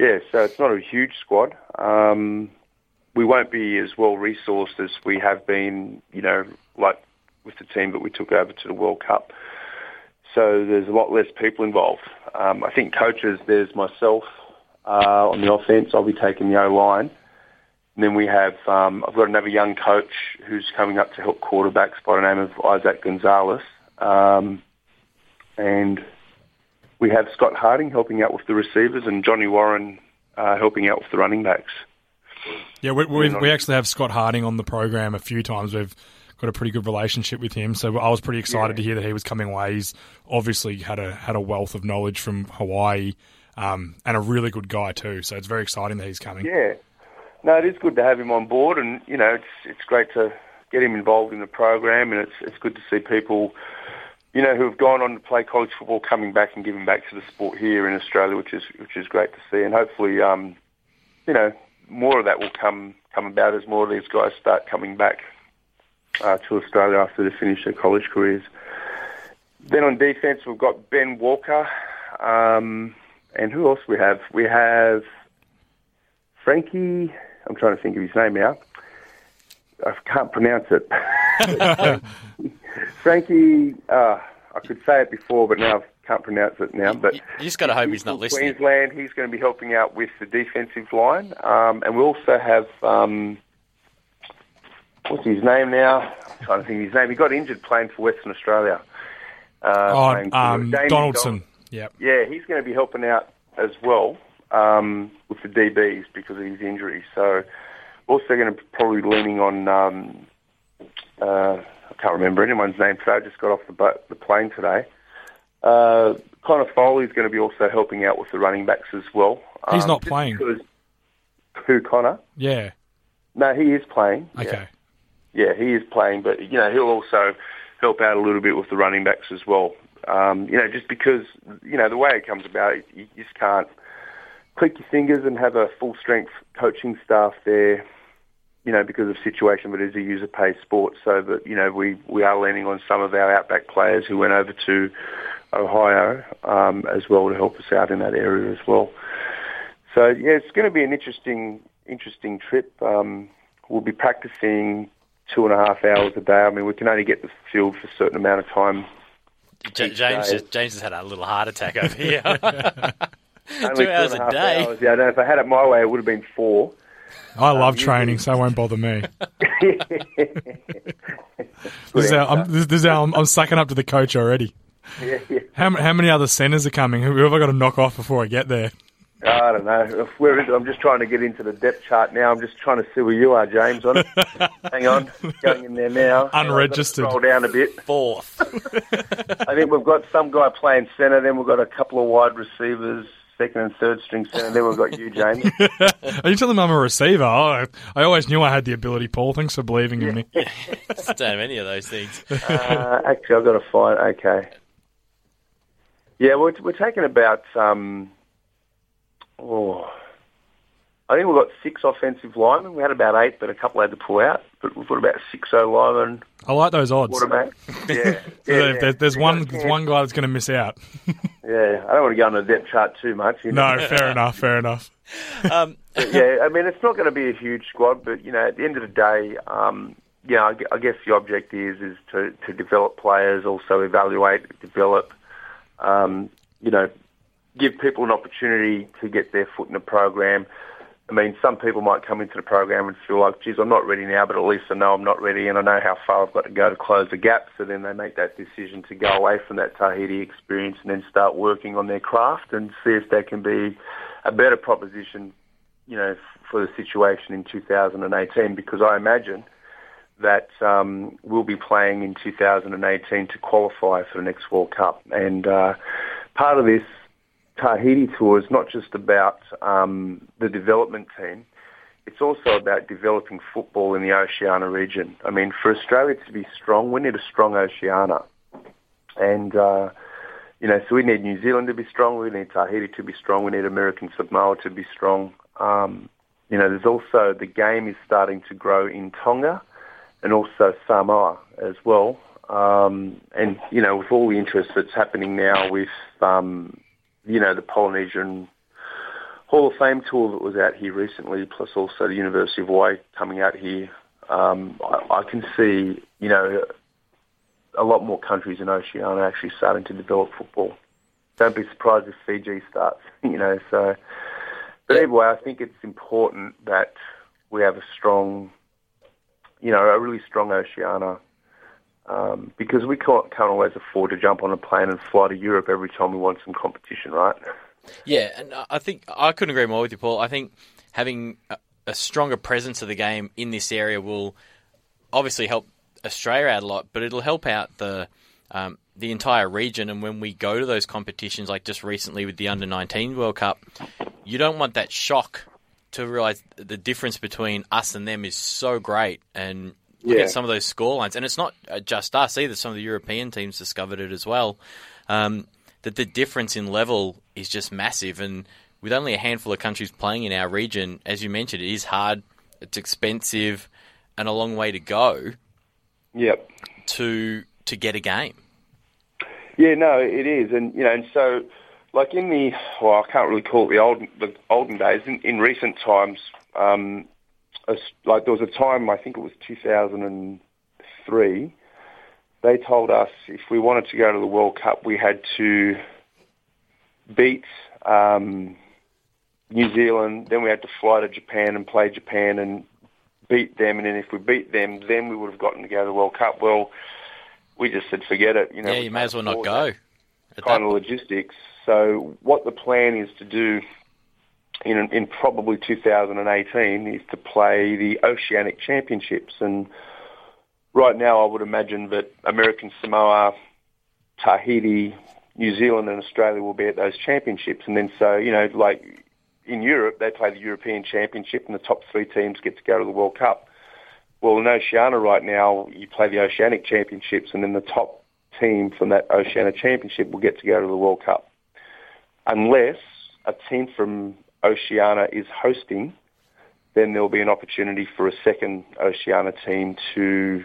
[SPEAKER 7] yeah, so it's not a huge squad. Um, we won't be as well resourced as we have been, you know, like with the team that we took over to the World Cup. So there's a lot less people involved. Um, I think coaches, there's myself uh, on the offense. I'll be taking the O line. And then we have, um, I've got another young coach who's coming up to help quarterbacks by the name of Isaac Gonzalez. Um, and we have Scott Harding helping out with the receivers and Johnny Warren uh, helping out with the running backs.
[SPEAKER 5] Yeah, we, we we actually have Scott Harding on the program a few times. We've got a pretty good relationship with him, so I was pretty excited to hear that he was coming away. He's obviously had a had a wealth of knowledge from Hawaii, um, and a really good guy too. So it's very exciting that he's coming.
[SPEAKER 7] Yeah. No, it is good to have him on board, and you know, it's it's great to get him involved in the program, and it's it's good to see people, you know, who have gone on to play college football coming back and giving back to the sport here in Australia, which is which is great to see, and hopefully, um, you know, more of that will come come about as more of these guys start coming back uh, to Australia after they finish their college careers. Then on defense, we've got Ben Walker, um, and who else we have? We have Frankie. I'm trying to think of his name now. I can't pronounce it. Frankie. Uh, I could say it before, but now I can't pronounce it now. But
[SPEAKER 3] You, you just got to hope he's not
[SPEAKER 7] from
[SPEAKER 3] listening.
[SPEAKER 7] Queensland. He's going to be helping out with the defensive line, um, and we also have um, what's his name now? I'm trying to think of his name. He got injured playing for Western Australia. Uh, playing
[SPEAKER 5] Oh,
[SPEAKER 7] for-
[SPEAKER 5] um,
[SPEAKER 7] Damien
[SPEAKER 5] Donaldson. Yep.
[SPEAKER 7] yeah, he's going to be helping out as well um, with the DBs because of his injury. So also going to be probably leaning on. Um, uh, I can't remember anyone's name today. I just got off the bu- the plane today. Uh, Connor Foley's going to be also helping out with the running backs as well. Um,
[SPEAKER 5] He's not
[SPEAKER 7] just
[SPEAKER 5] playing.
[SPEAKER 7] because- Who Connor?
[SPEAKER 5] Yeah.
[SPEAKER 7] No, he is playing. Yeah.
[SPEAKER 5] Okay.
[SPEAKER 7] yeah, he is playing, but you know he'll also help out a little bit with the running backs as well. Um, you know, just because you know the way it comes about, you, you just can't click your fingers and have a full strength coaching staff there. You know, because of situation, but it is a user pay sport, so that you know we we are leaning on some of our outback players who went over to Ohio um, as well to help us out in that area as well. So yeah, it's going to be an interesting, interesting trip. Um, we'll be practicing two and a half hours a day. I mean, we can only get the field for a certain amount of time.
[SPEAKER 3] J- James,
[SPEAKER 7] day.
[SPEAKER 3] just, James has had a little heart attack over here.
[SPEAKER 7] Only
[SPEAKER 3] Two hours
[SPEAKER 7] and
[SPEAKER 3] a
[SPEAKER 7] half
[SPEAKER 3] day.
[SPEAKER 7] hours. Yeah, I know. If I had it my way, it would have been four.
[SPEAKER 5] I
[SPEAKER 7] Uh,
[SPEAKER 5] love training, so it won't bother me. this, is how, I'm, this, this is how I'm, I'm sucking up to the coach already. How, ma- how many other centers are coming? Who who have I got to knock off before I get there?
[SPEAKER 7] I don't know. If we're in, I'm just trying to get into the depth chart now. I'm just trying to see where you are, James. On it. Hang on, going in there now. Hang on, let's
[SPEAKER 5] Unregistered.
[SPEAKER 7] Scroll down a bit.
[SPEAKER 3] Fourth.
[SPEAKER 7] I think we've got some guy playing centre. Then we've got a couple of wide receivers, second and third string centre. Then we've got you, James.
[SPEAKER 5] Are you telling them I'm a receiver? Oh, I, I always knew I had the ability, Paul. Thanks for believing in me.
[SPEAKER 3] Don't have any of those things.
[SPEAKER 7] Uh, actually, I've got to find. Okay. Yeah, we're, we're taking about. Um, oh, I think we've got six offensive linemen. We had about eight, but a couple had to pull out. But we've got about six O linemen,
[SPEAKER 5] I like those odds.
[SPEAKER 7] quarterback. Yeah, yeah,
[SPEAKER 5] So there-
[SPEAKER 7] yeah.
[SPEAKER 5] There's, there's one,
[SPEAKER 7] Yeah.
[SPEAKER 5] there's one guy that's going to miss out.
[SPEAKER 7] Yeah, I don't want to go on the depth chart too much. You know?
[SPEAKER 5] No, fair enough, fair enough.
[SPEAKER 7] But yeah, I mean, it's not going to be a huge squad, but you know, at the end of the day, um, you know, I gu- I guess the object is is to, to develop players, also evaluate, develop, um, you know, give people an opportunity to get their foot in the program. I mean, some people might come into the program and feel like, geez, I'm not ready now, but at least I know I'm not ready and I know how far I've got to go to close the gap. So then they make that decision to go away from that Tahiti experience and then start working on their craft and see if they can be a better proposition you know, for the situation in 2018 because I imagine that um, we'll be playing in 2018 to qualify for the next World Cup. And uh, part of this Tahiti tour is not just about um, the development team. It's also about developing football in the Oceania region. I mean, for Australia to be strong, we need a strong Oceania. And, uh, you know, so we need New Zealand to be strong. We need Tahiti to be strong. We need American Samoa to be strong. Um, you know, there's also the game is starting to grow in Tonga and also Samoa as well. Um, and you know, with all the interest that's happening now with um, you know the Polynesian Hall of Fame tour that was out here recently, plus also the University of Hawaii coming out here, um, I, I can see you know a lot more countries in Oceania actually starting to develop football. Don't be surprised if Fiji starts, you know. So, but either way, I think it's important that we have a strong you know, a really strong Oceania um, because we can't, can't always afford to jump on a plane and fly to Europe every time we want some competition, right?
[SPEAKER 3] Yeah, and I- I think I couldn't agree more with you, Paul. I think having a, a stronger presence of the game in this area will obviously help Australia out a lot, but it'll help out the um, the entire region. And when we go to those competitions, like just recently with the Under 19 World Cup, you don't want that shock to realise the difference between us and them is so great. And look
[SPEAKER 7] Yeah.
[SPEAKER 3] at some of those scorelines, and it's not uh, just us either. Some of the European teams discovered it as well. Um, that the difference in level is just massive, and with only a handful of countries playing in our region, as you mentioned, it is hard, it's expensive, and a long way to go
[SPEAKER 7] Yep.
[SPEAKER 3] to to get a game.
[SPEAKER 7] Yeah, no, it is, and you know, and so like in the well, I can't really call it the old the olden days. In, in recent times, um, as- like there was a time I think it was 2003. They told us if we wanted to go to the World Cup, we had to beat um, New Zealand, then we had to fly to Japan and play Japan and beat them, and then if we beat them, then we would have gotten to go to the World Cup. Well, we just said forget it. You know,
[SPEAKER 3] yeah,
[SPEAKER 7] we
[SPEAKER 3] you may
[SPEAKER 7] can't
[SPEAKER 3] as well not
[SPEAKER 7] afford
[SPEAKER 3] go.
[SPEAKER 7] that
[SPEAKER 3] at
[SPEAKER 7] kind
[SPEAKER 3] that
[SPEAKER 7] of logistics. So what the plan is to do in, in probably 2018 is to play the Oceanic Championships. And right now I would imagine that American Samoa, Tahiti, New Zealand and Australia will be at those championships. And then so, you know, like in Europe, they play the European Championship and the top three teams get to go to the World Cup. Well, in Oceania right now, you play the Oceanic Championships, and then the top team from that Oceania Championship will get to go to the World Cup, unless a team from Oceania is hosting. Then there will be an opportunity for a second Oceania team to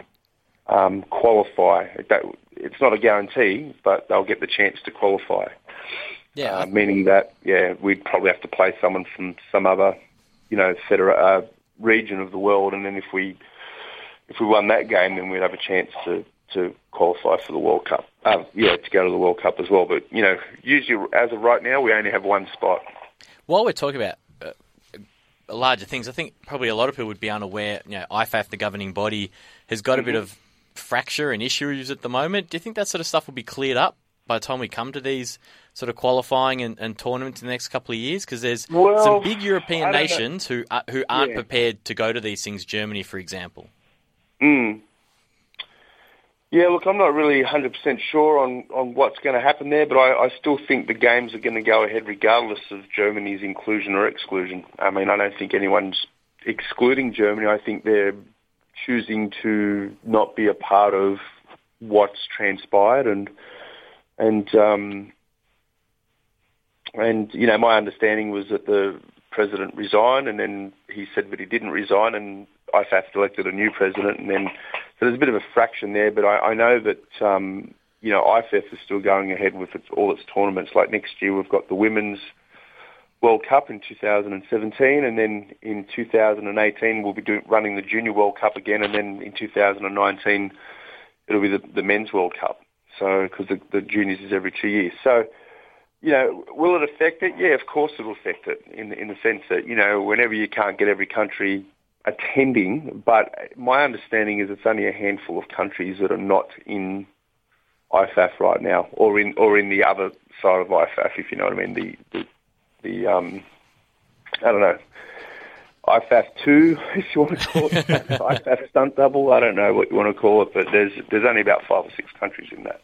[SPEAKER 7] um, qualify. That, it's not a guarantee, but they'll get the chance to qualify.
[SPEAKER 3] Yeah,
[SPEAKER 7] Uh, meaning that, yeah, we'd probably have to play someone from some other, you know, federa- uh, region of the world, and then if we if we won that game, then we'd have a chance to to qualify for the World Cup. Uh, yeah, to go to the World Cup as well. But you know, usually as of right now, we only have one spot.
[SPEAKER 3] while we're talking about uh, larger things, I think probably a lot of people would be unaware. You know, IFAF, the governing body, has got a
[SPEAKER 7] Mm-hmm.
[SPEAKER 3] bit of fracture and issues at the moment. Do you think that sort of stuff will be cleared up by the time we come to these sort of qualifying and, and tournaments in the next couple of years? Because there's
[SPEAKER 7] Well,
[SPEAKER 3] some big
[SPEAKER 7] I
[SPEAKER 3] European
[SPEAKER 7] don't know.
[SPEAKER 3] nations who are, who aren't
[SPEAKER 7] Yeah.
[SPEAKER 3] prepared to go to these things. Germany, for example.
[SPEAKER 7] Mm. Yeah, look, I'm not really 100% sure on, on what's going to happen there, but I, I still think the games are going to go ahead regardless of Germany's inclusion or exclusion. I mean, I don't think anyone's excluding Germany. I think they're choosing to not be a part of what's transpired and and um, and you know my understanding was that the president resigned and then he said that he didn't resign and IFAF elected a new president and then so there's a bit of a fraction there but I, I know that um, you know IFAF is still going ahead with its, all its tournaments like next year we've got the women's World Cup in 2017 and then in 2018 we'll be doing, running the Junior World Cup again and then in 2019 it'll be the, the Men's World Cup so because the, the juniors is every two years so you know, will it affect it? Yeah, of course it'll affect it in in the sense that you know, whenever you can't get every country attending, but my understanding is it's only a handful of countries that are not in IFAF right now, or in or in the other side of IFAF, if you know what I mean. The the, the um, I don't know. IFAF two, if you want to call it IFAF stunt double. I don't know what you want to call it, but there's there's only about five or six countries in that.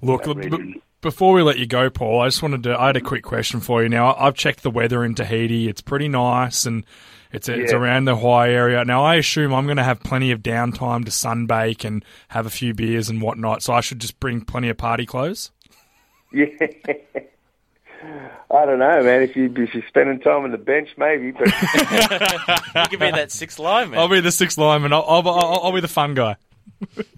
[SPEAKER 5] Look, b- b- before we let you go, Paul, I just wanted to. I had a quick question for you. Now, I- I've checked the weather in Tahiti. It's pretty nice, and it's it's
[SPEAKER 7] Yeah.
[SPEAKER 5] around the high area. Now, I assume I'm going to have plenty of downtime to sunbake and have a few beers and whatnot. So I should just bring plenty of party clothes.
[SPEAKER 7] Yeah. I don't know, man. If you if you're spending time on the bench, maybe. But
[SPEAKER 3] You could be that six lineman.
[SPEAKER 5] I'll be the sixth lineman. I'll, I'll, I'll, I'll be the fun guy.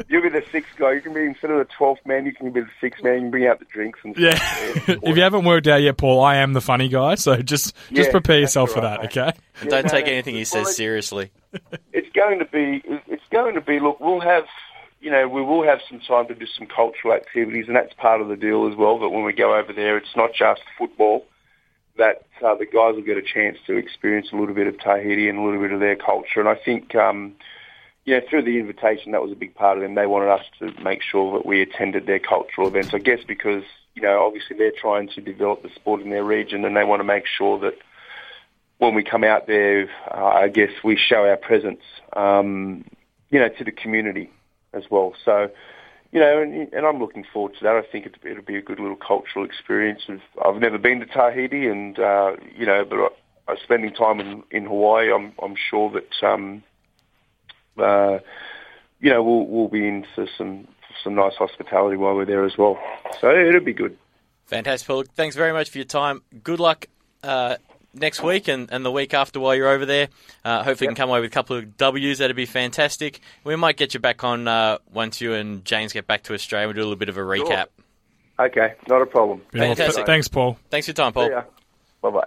[SPEAKER 7] you'll be the sixth guy. You can be instead of the twelfth man, you can be the sixth man. You can bring out the drinks and
[SPEAKER 5] Yeah.
[SPEAKER 7] stuff.
[SPEAKER 5] if you haven't worked out yet, Paul, I am the funny guy. So just just
[SPEAKER 7] Yeah,
[SPEAKER 5] prepare
[SPEAKER 7] that's
[SPEAKER 5] yourself for
[SPEAKER 7] all
[SPEAKER 5] that,
[SPEAKER 7] right,
[SPEAKER 5] okay?
[SPEAKER 3] and don't
[SPEAKER 7] Yeah,
[SPEAKER 3] take
[SPEAKER 7] no,
[SPEAKER 3] anything he
[SPEAKER 7] well,
[SPEAKER 3] says
[SPEAKER 7] it-
[SPEAKER 3] seriously.
[SPEAKER 7] it's going to be it's going to be look we'll have you know we will have some time to do some cultural activities and that's part of the deal as well that when we go over there it's not just football that uh, the guys will get a chance to experience a little bit of Tahiti and a little bit of their culture and I think um, you know through the invitation that was a big part of them they wanted us to make sure that we attended their cultural events I guess because you know obviously they're trying to develop the sport in their region and they want to make sure that when we come out there, uh, I guess we show our presence, um, you know, to the community as well. So, you know, and, and I'm looking forward to that. I think it'll be, it'll be a good little cultural experience. Of, I've never been to Tahiti, and uh, you know, but I, I, spending time in, in Hawaii, I'm I'm sure that um, uh, you know we'll we'll be in for some some nice hospitality while we're there as well. So it'll be good.
[SPEAKER 3] Fantastic, Paul. Thanks very much for your time. Good luck uh, next week and, and the week after while you're over there. Uh, hopefully, you can come away with a couple of W's. That'd be fantastic. We might get you back on uh, once you and James get back to Australia. We'll do a little bit of a recap.
[SPEAKER 7] Okay, not a problem.
[SPEAKER 5] Beautiful.
[SPEAKER 3] Fantastic.
[SPEAKER 5] Th- Thanks, Paul.
[SPEAKER 3] Thanks for your time, Paul.
[SPEAKER 7] Yeah. Bye bye.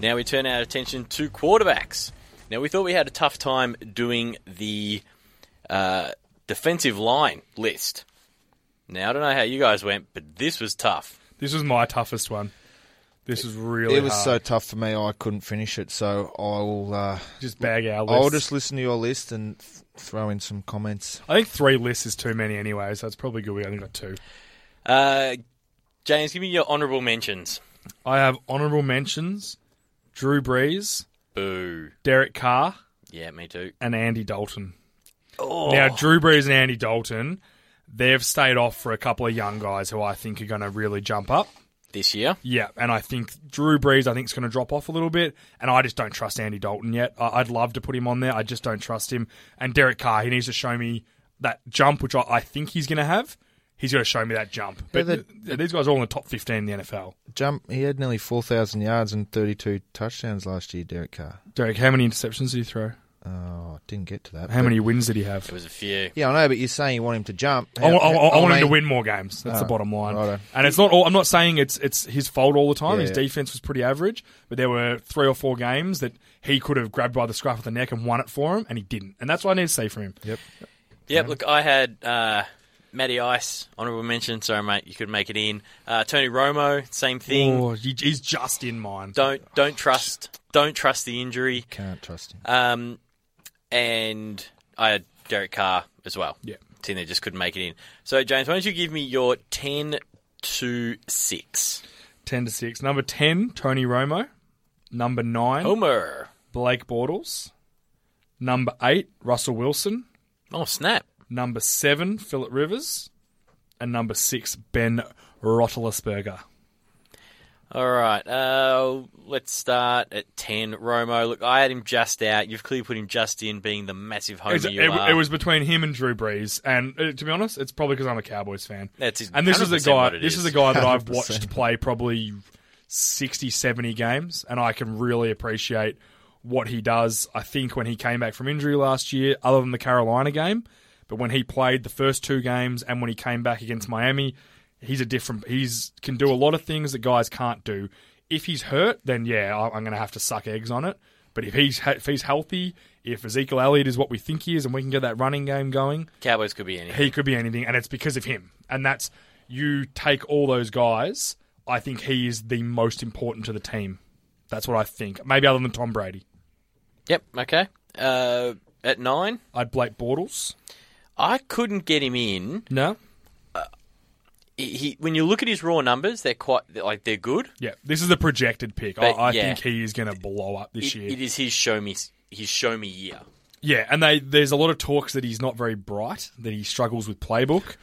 [SPEAKER 3] Now we turn our attention to quarterbacks. Now we thought we had a tough time doing the uh, defensive line list. Now I don't know how you guys went, but this was tough.
[SPEAKER 5] This was my toughest one. This was really
[SPEAKER 6] It was so
[SPEAKER 5] hard.
[SPEAKER 6] tough for me, I couldn't finish it. So I'll uh,
[SPEAKER 5] Just bag our list.
[SPEAKER 6] I'll just listen to your list and th- throw in some comments.
[SPEAKER 5] I think three lists is too many anyway, so it's probably good we only got two.
[SPEAKER 3] Uh, James, give me your honourable mentions.
[SPEAKER 5] I have honourable mentions Drew Brees,
[SPEAKER 3] Boo.
[SPEAKER 5] Derek Carr,
[SPEAKER 3] Yeah, me too.
[SPEAKER 5] and Andy Dalton. Now, Drew Brees and Andy Dalton, they've stayed off for a couple of young guys who I think are going to really jump up.
[SPEAKER 3] This year,
[SPEAKER 5] Yeah, and I think Drew Brees, I think, is going to drop off a little bit, and I just don't trust Andy Dalton yet. I- I'd love to put him on there, I just don't trust him. And Derek Carr, he needs to show me that jump, which I, I think he's going to have. He's going to show me that jump. But
[SPEAKER 6] the-
[SPEAKER 5] th- these guys are all in the top fifteen in the NFL.
[SPEAKER 6] Jump. He had nearly four thousand yards and thirty-two touchdowns last year, Derek Carr.
[SPEAKER 5] Derek, how many interceptions did he throw?
[SPEAKER 6] Oh, I didn't get to that.
[SPEAKER 5] How
[SPEAKER 6] but-
[SPEAKER 5] many wins did he have?
[SPEAKER 3] it was a few.
[SPEAKER 6] Yeah, I know, but you're saying you want him to jump.
[SPEAKER 5] I, want- I, want- I
[SPEAKER 6] How
[SPEAKER 5] want him to
[SPEAKER 6] many-
[SPEAKER 5] win more games. That's the
[SPEAKER 6] Ah,
[SPEAKER 5] bottom line.
[SPEAKER 6] righto.
[SPEAKER 5] And it's not. All, I'm not saying it's it's his fault all the time.
[SPEAKER 6] Yeah,
[SPEAKER 5] his
[SPEAKER 6] yeah.
[SPEAKER 5] defense was pretty average, but there were three or four games that he could have grabbed by the scruff of the neck and won it for him, and he didn't. And that's what I need to see from him.
[SPEAKER 3] Yep. Look, I had uh, Matty Ice, honourable mention. Sorry, mate, you could make it in. Uh, Tony Romo, same thing.
[SPEAKER 5] Oh, he- he's just in mind.
[SPEAKER 3] Don't don't trust don't trust the injury.
[SPEAKER 6] Can't trust him.
[SPEAKER 3] Um, and I had Derek Carr as well.
[SPEAKER 5] Yeah.
[SPEAKER 3] Team that just couldn't make it in. So, James, why don't you give me your 10 to 6?
[SPEAKER 5] Ten to six. Number ten, Tony Romo. Number nine,
[SPEAKER 3] Oh. Homer.
[SPEAKER 5] Blake Bortles. Number eight, Russell Wilson.
[SPEAKER 3] Oh, snap.
[SPEAKER 5] Number seven, Philip Rivers. And number six, Ben Roethlisberger.
[SPEAKER 3] All right. Uh, let's start at 10. Romo. Look, I had him just out. You've clearly put him just in, being the massive homer
[SPEAKER 5] It's-
[SPEAKER 3] you
[SPEAKER 5] it,
[SPEAKER 3] are.
[SPEAKER 5] it was between him and Drew Brees, and uh, to be honest, it's probably because I'm a Cowboys fan.
[SPEAKER 3] That's it-
[SPEAKER 5] and this is a
[SPEAKER 3] 100%
[SPEAKER 5] guy.
[SPEAKER 3] what it
[SPEAKER 5] This
[SPEAKER 3] is.
[SPEAKER 5] is a guy that I've watched play probably 60, 70 games, and I can really appreciate what he does. I think when he came back from injury last year, other than the Carolina game, but when he played the first two games and when he came back against Miami, he's a different. He's can do a lot of things that guys can't do. If he's hurt, then yeah, I- I'm going to have to suck eggs on it. But if he's if he's healthy, if Ezekiel Elliott is what we think he is, and we can get that running game going,
[SPEAKER 3] Cowboys could be anything.
[SPEAKER 5] he could be anything, and it's because of him. And that's you take all those guys. I think he is the most important to the team. That's what I think. Maybe other than Tom Brady,
[SPEAKER 3] Yep. Okay. Uh, at 9,
[SPEAKER 5] I'd Blake Bortles.
[SPEAKER 3] I couldn't get him in.
[SPEAKER 5] No.
[SPEAKER 3] He, he- when you look at his raw numbers, they're quite they're, like they're good.
[SPEAKER 5] Yeah, this is the projected pick.
[SPEAKER 3] But,
[SPEAKER 5] I, I
[SPEAKER 3] yeah.
[SPEAKER 5] think he is going to blow up this
[SPEAKER 3] It,
[SPEAKER 5] year.
[SPEAKER 3] it is his show me his show me year.
[SPEAKER 5] Yeah, and they there's a lot of talks that he's not very bright, that he struggles with playbook,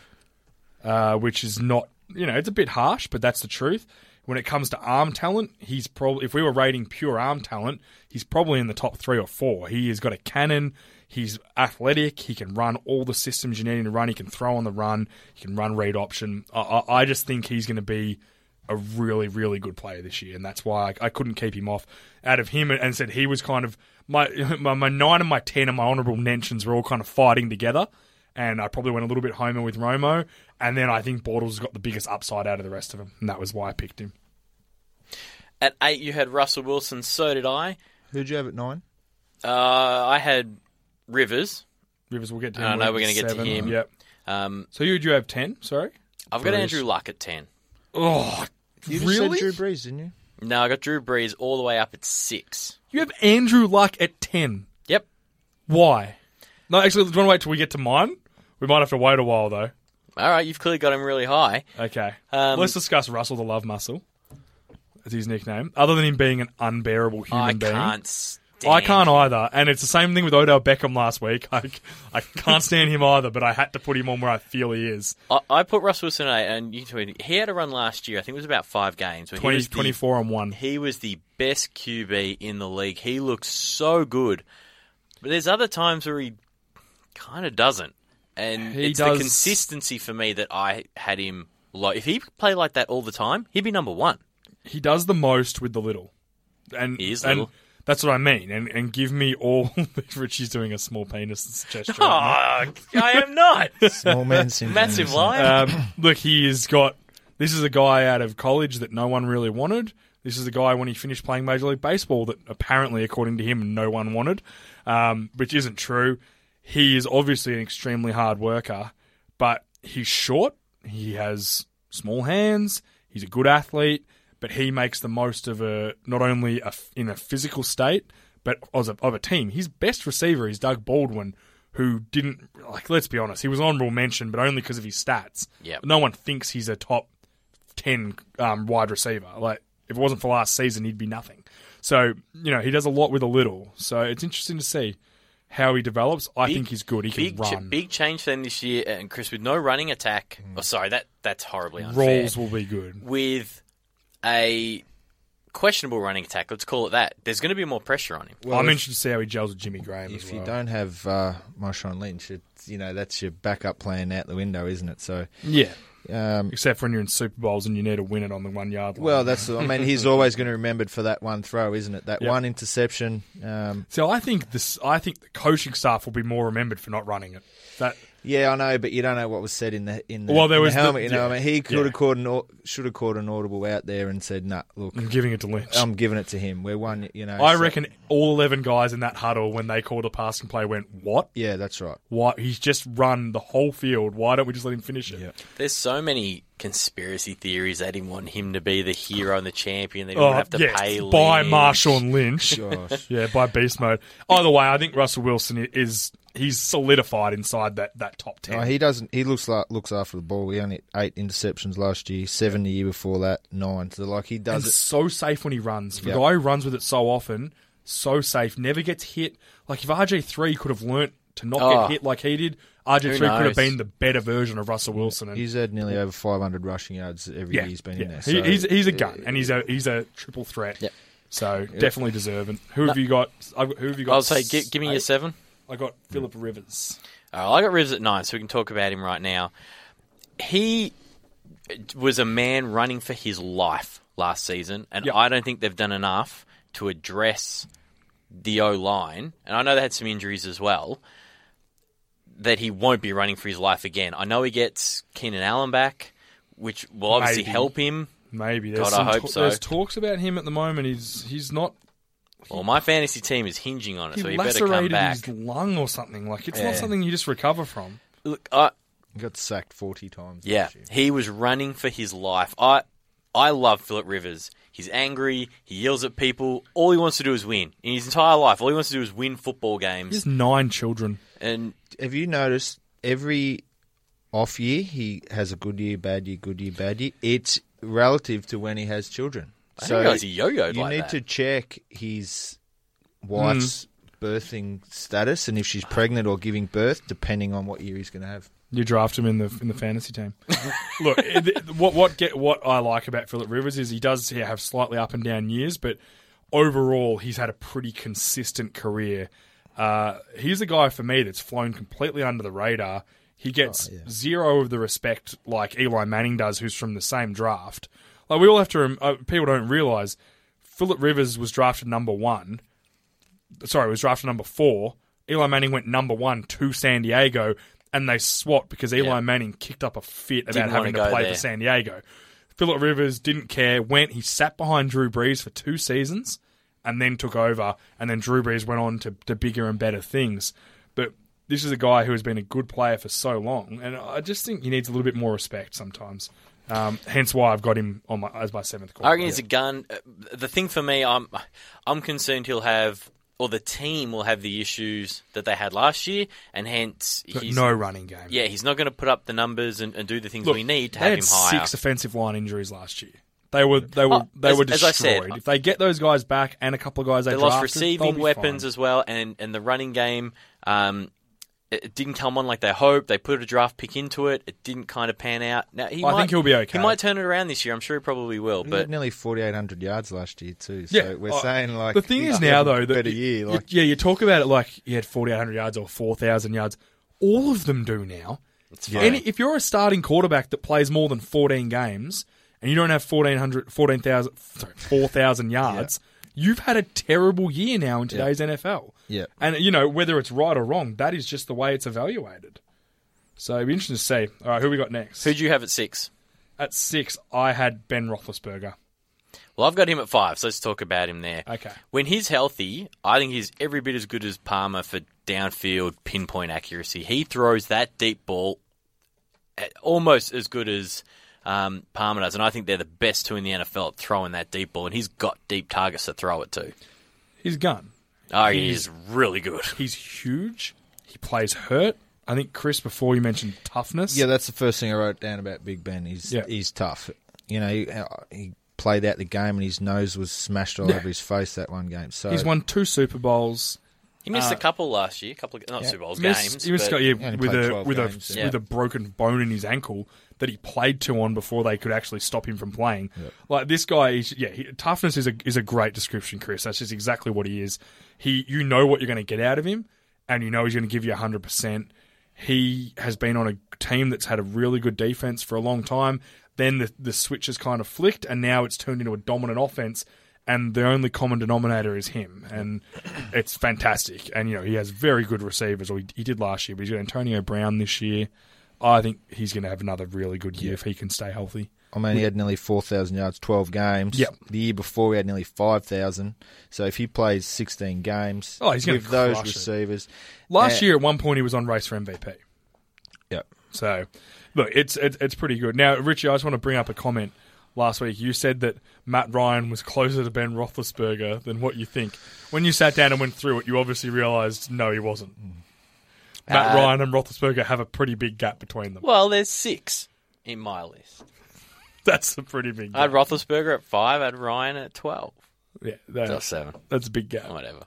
[SPEAKER 5] uh, which is not you know it's a bit harsh, but that's the truth. When it comes to arm talent, he's probably if we were rating pure arm talent, he's probably in the top three or four. He has got a cannon. He's athletic. He can run all the systems you need him to run. He can throw on the run. He can run read option. I, I, I just think he's going to be a really, really good player this year, and that's why I, I couldn't keep him off out of him. And, and said he was kind of my, my my nine and my ten and my honourable mentions were all kind of fighting together. And I probably went a little bit homer with Romo, and then I think Bortles got the biggest upside out of the rest of them, and that was why I picked him.
[SPEAKER 3] At eight, you had Russell Wilson. So did I.
[SPEAKER 6] Who'd you have at nine?
[SPEAKER 3] Uh, I had Rivers.
[SPEAKER 5] Rivers, we'll get to
[SPEAKER 3] I
[SPEAKER 5] him.
[SPEAKER 3] know
[SPEAKER 5] at
[SPEAKER 3] Uh, we're gonna get to
[SPEAKER 5] seven.
[SPEAKER 3] him.
[SPEAKER 5] Yep.
[SPEAKER 3] Um,
[SPEAKER 5] So you do have ten? Sorry.
[SPEAKER 3] I've got Andrew Luck at ten.
[SPEAKER 5] Oh,
[SPEAKER 6] You just
[SPEAKER 5] really?
[SPEAKER 6] said Drew Brees, didn't you?
[SPEAKER 3] No, I got Drew Brees all the way up at six.
[SPEAKER 5] you have Andrew Luck at ten.
[SPEAKER 3] Yep.
[SPEAKER 5] Why? No, actually, do you want to wait till we get to mine? We might have to wait a while though.
[SPEAKER 3] All right, you've clearly got him really high.
[SPEAKER 5] Okay.
[SPEAKER 3] Um,
[SPEAKER 5] Let's discuss Russell the Love Muscle. That's his nickname. Other than him being an unbearable human
[SPEAKER 3] I
[SPEAKER 5] being.
[SPEAKER 3] can't. Stand
[SPEAKER 5] I can't either. And it's the same thing with Odell Beckham last week. I, I can't stand him either, but I had to put him on where I feel he is.
[SPEAKER 3] I, I put Russell Wilson at eight, and you tweeted he had a run last year. I think it was about five games. where he
[SPEAKER 5] 20,
[SPEAKER 3] was the-
[SPEAKER 5] 24 and 1.
[SPEAKER 3] He was the best QB in the league. He looks so good, but there's other times where he kind of doesn't. And
[SPEAKER 5] He
[SPEAKER 3] it's
[SPEAKER 5] does-
[SPEAKER 3] the consistency for me that I had him low. If he played like that all the time, he'd be number one.
[SPEAKER 5] He does the most with the little. And,
[SPEAKER 3] He is
[SPEAKER 5] and
[SPEAKER 3] little.
[SPEAKER 5] That's what I mean. And, and give me all. Richie's doing a small penis gesture.
[SPEAKER 3] Oh, I am not
[SPEAKER 6] Small man syndrome.
[SPEAKER 3] massive lion.
[SPEAKER 5] Um, look, he's got. This is a guy out of college that no one really wanted. This is a guy when he finished playing Major League Baseball that apparently, according to him, no one wanted, um, which isn't true. He is obviously an extremely hard worker, but he's short. He has small hands. He's a good athlete, but he makes the most of a not only a, in a physical state, but as a, of a team. His best receiver is Doug Baldwin, who didn't like. Let's be honest, he was honorable mention, but only because of his stats.
[SPEAKER 3] Yep.
[SPEAKER 5] no one thinks he's a top ten um, wide receiver. Like if it wasn't for last season, he'd be nothing. So you know he does a lot with a little. So it's interesting to see how he develops. I think he's good. He can
[SPEAKER 3] big,
[SPEAKER 5] run. Mm.
[SPEAKER 3] big change for them this year, and Chris with no running attack. Oh, sorry, that that's horribly unfair.
[SPEAKER 5] Rolls will be good.
[SPEAKER 3] with a questionable running attack. Let's call it that. There's going to be more pressure on him.
[SPEAKER 5] I'm interested to see how he gels with Jimmy Graham as
[SPEAKER 6] If you
[SPEAKER 5] well.
[SPEAKER 6] don't have uh, Marshawn Lynch, it's, you know that's your backup plan out the window, isn't it? So,
[SPEAKER 5] yeah,
[SPEAKER 6] um,
[SPEAKER 5] except for when you're in Super Bowls and you need to win it on the one yard line.
[SPEAKER 6] well, that's I mean he's always going to be remembered for that one throw, isn't it? That
[SPEAKER 5] Yeah.
[SPEAKER 6] one interception. Um,
[SPEAKER 5] So I think this. I think the coaching staff will be more remembered for not running it. That
[SPEAKER 6] yeah, I know, but you don't know what was said in the in the,
[SPEAKER 5] Well, there
[SPEAKER 6] in the
[SPEAKER 5] was the-
[SPEAKER 6] helmet. you know,
[SPEAKER 5] yeah,
[SPEAKER 6] what I mean, he could
[SPEAKER 5] yeah.
[SPEAKER 6] have caught an au- should have caught an audible out there and said, "Nah, look,
[SPEAKER 5] I'm giving it to Lynch.
[SPEAKER 6] I'm giving it to him. We're one." You know,
[SPEAKER 5] Mm. I
[SPEAKER 6] so-
[SPEAKER 5] reckon all eleven guys in that huddle when they called a passing play went, "What?
[SPEAKER 6] Yeah, that's right.
[SPEAKER 5] Why? He's just run the whole field. Why don't we just let him finish it?"
[SPEAKER 3] There's so many conspiracy theories that he want him to be the hero and the champion. They don't
[SPEAKER 5] Oh,
[SPEAKER 3] have to
[SPEAKER 5] yes,
[SPEAKER 3] pay
[SPEAKER 5] by
[SPEAKER 3] Lynch.
[SPEAKER 5] Marshawn Lynch.
[SPEAKER 6] Gosh.
[SPEAKER 5] yeah, by Beast Mode. Either way, I think Russell Wilson i- is he's solidified inside that, that top ten.
[SPEAKER 6] No, Oh, he doesn't. He looks like looks after the ball. He only had eight interceptions last year, seven the year before that, nine. So like he
[SPEAKER 5] and
[SPEAKER 6] does it.
[SPEAKER 5] so safe when he runs. For
[SPEAKER 6] Yeah.
[SPEAKER 5] The guy who runs with it so often, so safe, never gets hit. Like if RJ three could have learnt to not
[SPEAKER 3] Oh.
[SPEAKER 5] get hit like he did, RJ three could
[SPEAKER 3] knows?
[SPEAKER 5] have been the better version of Russell Wilson. And
[SPEAKER 6] He's had nearly over 500 rushing yards every
[SPEAKER 5] yeah,
[SPEAKER 6] year he's been
[SPEAKER 5] yeah.
[SPEAKER 6] in there.
[SPEAKER 5] He-
[SPEAKER 6] so-
[SPEAKER 5] he's he's a gun, and he's a he's a triple threat.
[SPEAKER 3] Yep.
[SPEAKER 5] So definitely deserving. Who have you got? I've got- Who have you got?
[SPEAKER 3] I'll say, gi- give me your
[SPEAKER 5] Eight.
[SPEAKER 3] seven.
[SPEAKER 5] I got Philip Rivers.
[SPEAKER 3] All right, I got Rivers at nine, so we can talk about him right now. He was a man running for his life last season, and
[SPEAKER 5] Yep.
[SPEAKER 3] I don't think they've done enough to address the O line. And I know they had some injuries as well. That he won't be running for his life again. I know he gets Keenan Allen back, which will obviously
[SPEAKER 5] Maybe.
[SPEAKER 3] help him.
[SPEAKER 5] Maybe there's
[SPEAKER 3] God, I
[SPEAKER 5] some
[SPEAKER 3] hope
[SPEAKER 5] ta-
[SPEAKER 3] so.
[SPEAKER 5] there's talks about him at the moment. He's he's not.
[SPEAKER 3] Well, my fantasy team is hinging on it,
[SPEAKER 5] He
[SPEAKER 3] so he better come
[SPEAKER 5] lacerated
[SPEAKER 3] back.
[SPEAKER 5] his lung or something. Like it's
[SPEAKER 3] Yeah.
[SPEAKER 5] not something you just recover from.
[SPEAKER 3] Look, I,
[SPEAKER 6] He got sacked 40 times.
[SPEAKER 3] Yeah,
[SPEAKER 6] last year.
[SPEAKER 3] he was running for his life. I I love Philip Rivers. He's angry. He yells at people. All he wants to do is win. In his entire life, all he wants to do is win football
[SPEAKER 5] He
[SPEAKER 3] games.
[SPEAKER 5] has nine children.
[SPEAKER 3] And
[SPEAKER 6] Have you noticed every off year he has a good year, bad year, good year, bad year. It's relative to when he has children.
[SPEAKER 3] I didn't realise he yo-yoed
[SPEAKER 6] You
[SPEAKER 3] like
[SPEAKER 6] need
[SPEAKER 3] that.
[SPEAKER 6] to check his wife's
[SPEAKER 5] Mm.
[SPEAKER 6] birthing status and if she's pregnant or giving birth, depending on what year he's going to have.
[SPEAKER 5] You draft him in the in the fantasy team. Look, it- what what get what I like about Philip Rivers is he does yeah, have slightly up and down years, but overall he's had a pretty consistent career. Uh, he's a guy for me that's flown completely under the radar. He gets zero of the respect like Eli Manning does, who's from the same draft. Like we all have to, rem- uh, people don't realize Philip Rivers was drafted number one sorry, was drafted number four. Eli Manning went number one to San Diego, and they swapped because Eli
[SPEAKER 3] Yeah.
[SPEAKER 5] Manning kicked up a fit about
[SPEAKER 3] Didn't
[SPEAKER 5] having
[SPEAKER 3] wanna go
[SPEAKER 5] to play
[SPEAKER 3] there.
[SPEAKER 5] for San Diego. Philip Rivers didn't care, went, he sat behind Drew Brees for two seasons and then took over, and then Drew Brees went on to, to bigger and better things. But this is a guy who has been a good player for so long, and I just think he needs a little bit more respect sometimes. Um, hence why I've got him on my, as my seventh call.
[SPEAKER 3] I reckon he's a gun. Uh, The thing for me, I'm I'm concerned he'll have, or the team will have the issues that they had last year, and hence he's
[SPEAKER 5] no running game.
[SPEAKER 3] Yeah, he's not going to put up the numbers and, and do the things
[SPEAKER 5] Look,
[SPEAKER 3] we need to
[SPEAKER 5] they
[SPEAKER 3] have
[SPEAKER 5] had
[SPEAKER 3] him higher.
[SPEAKER 5] Six offensive line injuries last year. They were they were
[SPEAKER 3] Oh,
[SPEAKER 5] they
[SPEAKER 3] as-
[SPEAKER 5] were
[SPEAKER 3] as I
[SPEAKER 5] destroyed.
[SPEAKER 3] said,
[SPEAKER 5] if they get those guys back and a couple of guys they,
[SPEAKER 3] they lost
[SPEAKER 5] drafted, they'll
[SPEAKER 3] receiving
[SPEAKER 5] be
[SPEAKER 3] weapons
[SPEAKER 5] fine.
[SPEAKER 3] as well, and, and the running game. Um, it it didn't come on like they hoped. They put a draft pick into it. It didn't kind of pan out. Now he
[SPEAKER 5] I
[SPEAKER 3] might,
[SPEAKER 5] think he'll be okay.
[SPEAKER 3] He might turn it around this year. I'm sure he probably will.
[SPEAKER 6] He had
[SPEAKER 3] But
[SPEAKER 6] nearly 4,800 yards last year, too. So
[SPEAKER 5] Yeah,
[SPEAKER 6] we're
[SPEAKER 5] I-
[SPEAKER 6] saying, like,
[SPEAKER 5] the thing
[SPEAKER 6] he's
[SPEAKER 5] is
[SPEAKER 6] had
[SPEAKER 5] now
[SPEAKER 6] a
[SPEAKER 5] though that
[SPEAKER 6] better
[SPEAKER 5] you-
[SPEAKER 6] year.
[SPEAKER 5] you-
[SPEAKER 6] Like,
[SPEAKER 5] yeah, you talk about it like he had forty eight hundred yards or four thousand yards. All of them do now.
[SPEAKER 3] fine.
[SPEAKER 5] Any- if you're a starting quarterback that plays more than fourteen games and you don't have 1,400 14,000 sorry, 4,000 yards, you've had a terrible year now in today's NFL.
[SPEAKER 6] Yeah.
[SPEAKER 5] and you know whether it's right or wrong, that is just the way it's evaluated. So it'd be interesting to see. All right, who we got next?
[SPEAKER 3] who do you have at six?
[SPEAKER 5] At six, I had Ben Roethlisberger.
[SPEAKER 3] Well, I've got him at five, so let's talk about him there.
[SPEAKER 5] Okay.
[SPEAKER 3] When he's healthy, I think he's every bit as good as Palmer for downfield pinpoint accuracy. He throws that deep ball at- almost as good as um, Palmer does, and I think they're the best two in the NFL at throwing that deep ball, and he's got deep targets to throw it to.
[SPEAKER 5] His gun.
[SPEAKER 3] Oh, he's really good.
[SPEAKER 5] He's huge. He plays hurt. I think Chris, before you mentioned toughness.
[SPEAKER 6] yeah, that's the first thing I wrote down about Big Ben. He's,
[SPEAKER 5] Yeah.
[SPEAKER 6] he's tough. You know, he, he played out the game and his nose was smashed all over his face that one game. So
[SPEAKER 5] he's won two Super Bowls.
[SPEAKER 3] He missed a couple last year, a couple of, not Uh, Super Bowls
[SPEAKER 5] Missed,
[SPEAKER 3] games.
[SPEAKER 5] he missed
[SPEAKER 3] but-
[SPEAKER 5] yeah,
[SPEAKER 6] only
[SPEAKER 5] with
[SPEAKER 6] played
[SPEAKER 5] a
[SPEAKER 6] 12
[SPEAKER 5] with a
[SPEAKER 6] games,
[SPEAKER 3] yeah.
[SPEAKER 5] with a broken bone in his ankle that he played two on before they could actually stop him from playing. Like this guy, is, yeah, he, toughness is a is a great description, Chris. That's just exactly what he is. He, you know what you're going to get out of him, and you know he's going to give you hundred percent. He has been on a team that's had a really good defense for a long time. Then the the switch has kind of flicked, and now it's turned into a dominant offense. And the only common denominator is him, and it's fantastic. And you know he has very good receivers, or he, he did last year. But he's got Antonio Brown this year. I think he's going to have another really good year if he can stay healthy.
[SPEAKER 6] I mean, he had nearly 4,000 yards, 12 games.
[SPEAKER 5] Yep.
[SPEAKER 6] The year before, he had nearly 5,000. So if he plays 16 games
[SPEAKER 5] Oh, he's gonna
[SPEAKER 6] with those
[SPEAKER 5] crush it.
[SPEAKER 6] receivers.
[SPEAKER 5] Last
[SPEAKER 6] Uh,
[SPEAKER 5] year, at one point, he was on race for MVP.
[SPEAKER 6] Yep.
[SPEAKER 5] So, look, it's, it's it's pretty good. Now, Richie, I just want to bring up a comment last week. You said that Matt Ryan was closer to Ben Roethlisberger than what you think. When you sat down and went through it, you obviously realised no, he wasn't. Matt
[SPEAKER 3] Uh,
[SPEAKER 5] Ryan and Roethlisberger have a pretty big gap between them.
[SPEAKER 3] Well, there's six in my list.
[SPEAKER 5] That's a pretty big.
[SPEAKER 3] I
[SPEAKER 5] Gap.
[SPEAKER 3] had Roethlisberger at five. I had Ryan at twelve.
[SPEAKER 5] yeah, that-
[SPEAKER 3] Or seven.
[SPEAKER 5] that's a big gap.
[SPEAKER 3] Oh, Whatever.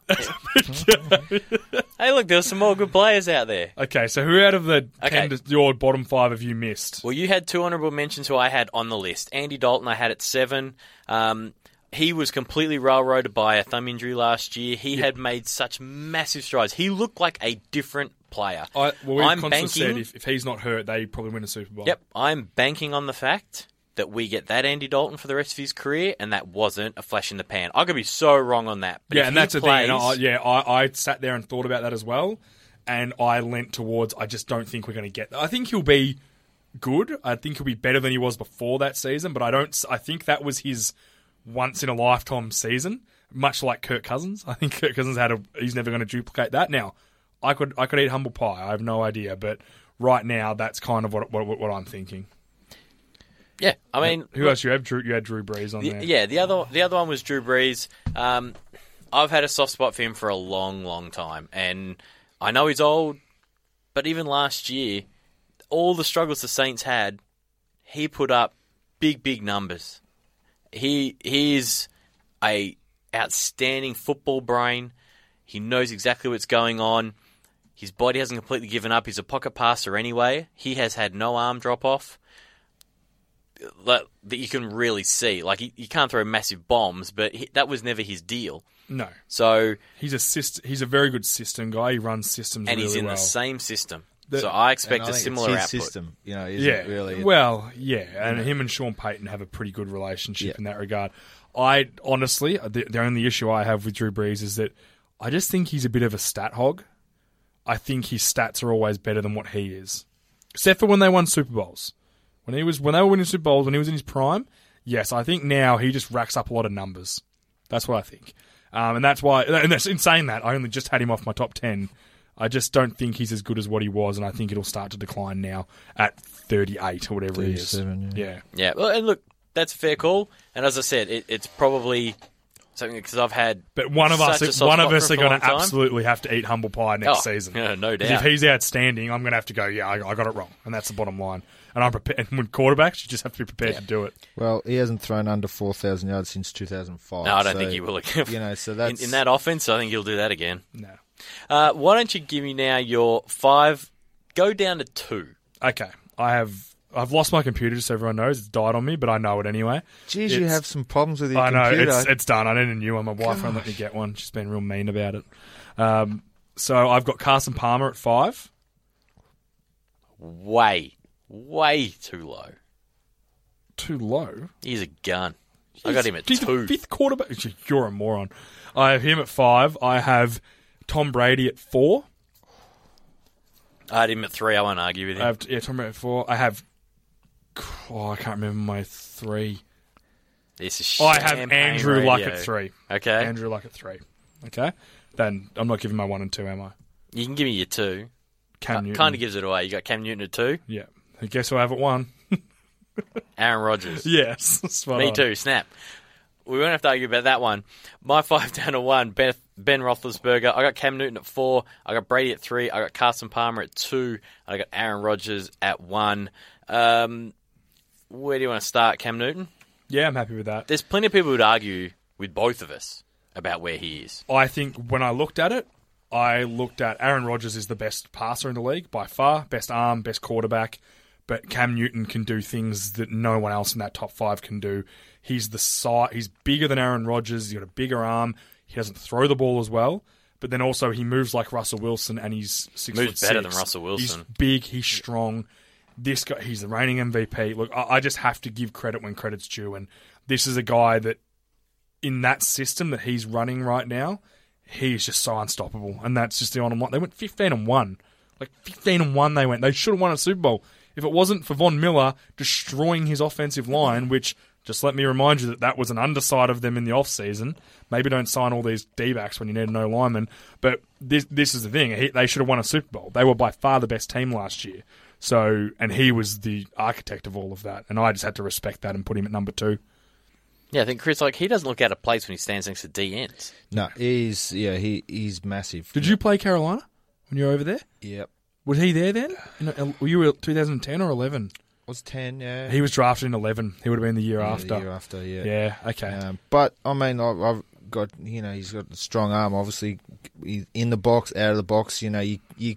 [SPEAKER 3] hey, look, there were some more good players out there.
[SPEAKER 5] Okay, so who out of the
[SPEAKER 3] Okay.
[SPEAKER 5] ten, to- your bottom five have you missed?
[SPEAKER 3] Well, you had two honourable mentions who I had on the list. Andy Dalton, I had at seven. Um, he was completely railroaded by a thumb injury last year. He had made such massive strides. He looked like a different player.
[SPEAKER 5] I, well, we've
[SPEAKER 3] I'm
[SPEAKER 5] constantly said
[SPEAKER 3] banking.
[SPEAKER 5] if, if he's not hurt, they probably win a Super Bowl.
[SPEAKER 3] Yep, I'm banking on the fact that we get that Andy Dalton for the rest of his career, and that wasn't a flash in the pan. I could be so wrong on that. But
[SPEAKER 5] yeah,
[SPEAKER 3] if
[SPEAKER 5] and
[SPEAKER 3] he
[SPEAKER 5] that's the
[SPEAKER 3] plays,
[SPEAKER 5] thing. And I, yeah, I, I sat there and thought about that as well, and I lent towards. I just don't think we're going to get. I think he'll be good. I think he'll be better than he was before that season. But I don't. s- I think that was his once in a lifetime season. Much like Kirk Cousins, I think Kirk Cousins had a. He's never going to duplicate that. Now, I could I could eat humble pie. I have no idea, but right now that's kind of what what, what I'm thinking.
[SPEAKER 3] yeah, I mean,
[SPEAKER 5] Who else you have? Drew, you had Drew Brees on
[SPEAKER 3] The-
[SPEAKER 5] there.
[SPEAKER 3] yeah, the other the other one was Drew Brees. Um, I've had a soft spot for him for a long, long time, and I know he's old, But even last year, all the struggles the Saints had, he put up big, big numbers. He he is a outstanding football brain. He knows exactly what's going on. His body hasn't completely given up. He's a pocket passer anyway. He has had no arm drop off that, that you can really see. Like he, he can't throw massive bombs, but he, that was never his deal.
[SPEAKER 5] No,
[SPEAKER 3] So
[SPEAKER 5] he's a syst- He's a very good system guy. He runs systems
[SPEAKER 3] and
[SPEAKER 5] really
[SPEAKER 3] he's in
[SPEAKER 5] well.
[SPEAKER 3] the same system.
[SPEAKER 5] The-
[SPEAKER 3] so I
[SPEAKER 6] And
[SPEAKER 3] expect
[SPEAKER 6] I
[SPEAKER 3] a
[SPEAKER 6] think it's
[SPEAKER 3] similar
[SPEAKER 6] his
[SPEAKER 3] output.
[SPEAKER 6] system, you know, is
[SPEAKER 5] yeah,
[SPEAKER 6] it really?
[SPEAKER 5] Well, yeah, and him and Sean Payton have a pretty good relationship
[SPEAKER 6] Yeah.
[SPEAKER 5] in that regard. I honestly, the, the only issue I have with Drew Brees is that I just think he's a bit of a stat hog. I think his stats are always better than what he is, except for when they won Super Bowls. When he was when they were winning Super Bowls, when he was in his prime, yes, I think now he just racks up a lot of numbers. That's what I think, um, and that's why. And that's in saying that I only just had him off my top ten. I just don't think he's as good as what he was, and I think it'll start to decline now at 38 or whatever he is.
[SPEAKER 6] 37,
[SPEAKER 5] Yeah.
[SPEAKER 3] Yeah. Well, and look, that's a fair call. And as I said, it, it's probably something because I've had.
[SPEAKER 5] But one of
[SPEAKER 3] such a
[SPEAKER 5] us,
[SPEAKER 3] soft
[SPEAKER 5] one of
[SPEAKER 3] spot
[SPEAKER 5] us
[SPEAKER 3] for him for
[SPEAKER 5] are
[SPEAKER 3] a
[SPEAKER 5] going
[SPEAKER 3] long
[SPEAKER 5] to
[SPEAKER 3] time.
[SPEAKER 5] absolutely have to eat humble pie next
[SPEAKER 3] Oh,
[SPEAKER 5] season.
[SPEAKER 3] yeah, no
[SPEAKER 5] 'Cause
[SPEAKER 3] doubt.
[SPEAKER 5] If he's outstanding, I'm going to have to go. Yeah, I, I got it wrong, and that's the bottom line. And I'm prepared. And with quarterbacks, you just have to be prepared to do it.
[SPEAKER 6] Well, he hasn't thrown under four thousand yards since two thousand five.
[SPEAKER 3] No, I don't think he will again.
[SPEAKER 6] You know, so
[SPEAKER 3] in,
[SPEAKER 6] that's
[SPEAKER 3] in that offense, I think he'll do that again.
[SPEAKER 5] No.
[SPEAKER 3] Uh, why don't you give me now your five? Go down to two.
[SPEAKER 5] Okay, I have. I've lost my computer, just so everyone knows. It's died on me, but I know it anyway.
[SPEAKER 6] Geez, you
[SPEAKER 5] It's-
[SPEAKER 6] have some problems with your
[SPEAKER 5] I know
[SPEAKER 6] computer.
[SPEAKER 5] it's it's done. I need a new one. My wife won't let me get one. She's been real mean about it. Um, so I've got Carson Palmer at five.
[SPEAKER 3] Way, way too low.
[SPEAKER 5] Too low.
[SPEAKER 3] He's a gun. I got him at
[SPEAKER 5] He's the
[SPEAKER 3] two.
[SPEAKER 5] fifth quarterback. You're a moron. I have him at five. I have Tom Brady at four.
[SPEAKER 3] I had him at three. I won't argue with
[SPEAKER 5] I
[SPEAKER 3] him.
[SPEAKER 5] have yeah, Tom Brady at four. I have. Oh, I can't remember my three. Oh,
[SPEAKER 3] This is
[SPEAKER 5] I have
[SPEAKER 3] champagne
[SPEAKER 5] Andrew Luck
[SPEAKER 3] radio.
[SPEAKER 5] at three.
[SPEAKER 3] Okay,
[SPEAKER 5] Andrew Luck at three. Okay. Then I'm not giving my one and two, am I?
[SPEAKER 3] you can give me your two.
[SPEAKER 5] Cam Newton.
[SPEAKER 3] Kind of gives it away. You got Cam Newton at two.
[SPEAKER 5] Yeah. I guess who I have at one?
[SPEAKER 3] Aaron Rodgers.
[SPEAKER 5] yes. spot
[SPEAKER 3] Me
[SPEAKER 5] on.
[SPEAKER 3] too. Snap. We won't have to argue about that one. My five down to one. Beth, ben Roethlisberger. I got Cam Newton at four. I got Brady at three. I got Carson Palmer at two. I got Aaron Rodgers at one. Um, where do you want to start, Cam Newton?
[SPEAKER 5] Yeah, I'm happy with that.
[SPEAKER 3] There's plenty of people who'd argue with both of us about where he is.
[SPEAKER 5] I think when I looked at it, I looked at Aaron Rodgers is the best passer in the league by far, best arm, best quarterback. But Cam Newton can do things that no one else in that top five can do. He's the size. He's bigger than Aaron Rodgers. He's got a bigger arm. He doesn't throw the ball as well. But then also he moves like Russell Wilson, and he's six
[SPEAKER 3] Moves
[SPEAKER 5] foot
[SPEAKER 3] better
[SPEAKER 5] six.
[SPEAKER 3] than Russell Wilson.
[SPEAKER 5] He's big. He's strong. This guy, he's the reigning MVP. Look, I, I just have to give credit when credit's due, and this is a guy that in that system that he's running right now, he is just so unstoppable. And that's just the on and one. They went 15 and 1. Like 15 and 1 they went. They should have won a Super Bowl. If it wasn't for Von Miller destroying his offensive line, which just let me remind you that that was an underside of them in the offseason. Maybe don't sign all these D-backs when you need no lineman. But this this is the thing. He, they should have won a Super Bowl. They were by far the best team last year. So, and he was the architect of all of that. And I just had to respect that and put him at number two.
[SPEAKER 3] Yeah, I think Chris, like, he doesn't look out of place when he stands next to D ends.
[SPEAKER 6] no, he's yeah, he he's massive.
[SPEAKER 5] Did you play Carolina when you were over there?
[SPEAKER 6] Yep.
[SPEAKER 5] Was he there then? In- Were you 2010 or 11?
[SPEAKER 6] Was ten? Yeah.
[SPEAKER 5] He was drafted in 11. He would have been the year
[SPEAKER 6] Yeah,
[SPEAKER 5] after.
[SPEAKER 6] The year after. Yeah.
[SPEAKER 5] Yeah. Okay.
[SPEAKER 6] Um, but I mean, I've, I've got you know he's got a strong arm. Obviously, he's in the box, out of the box. You know, you you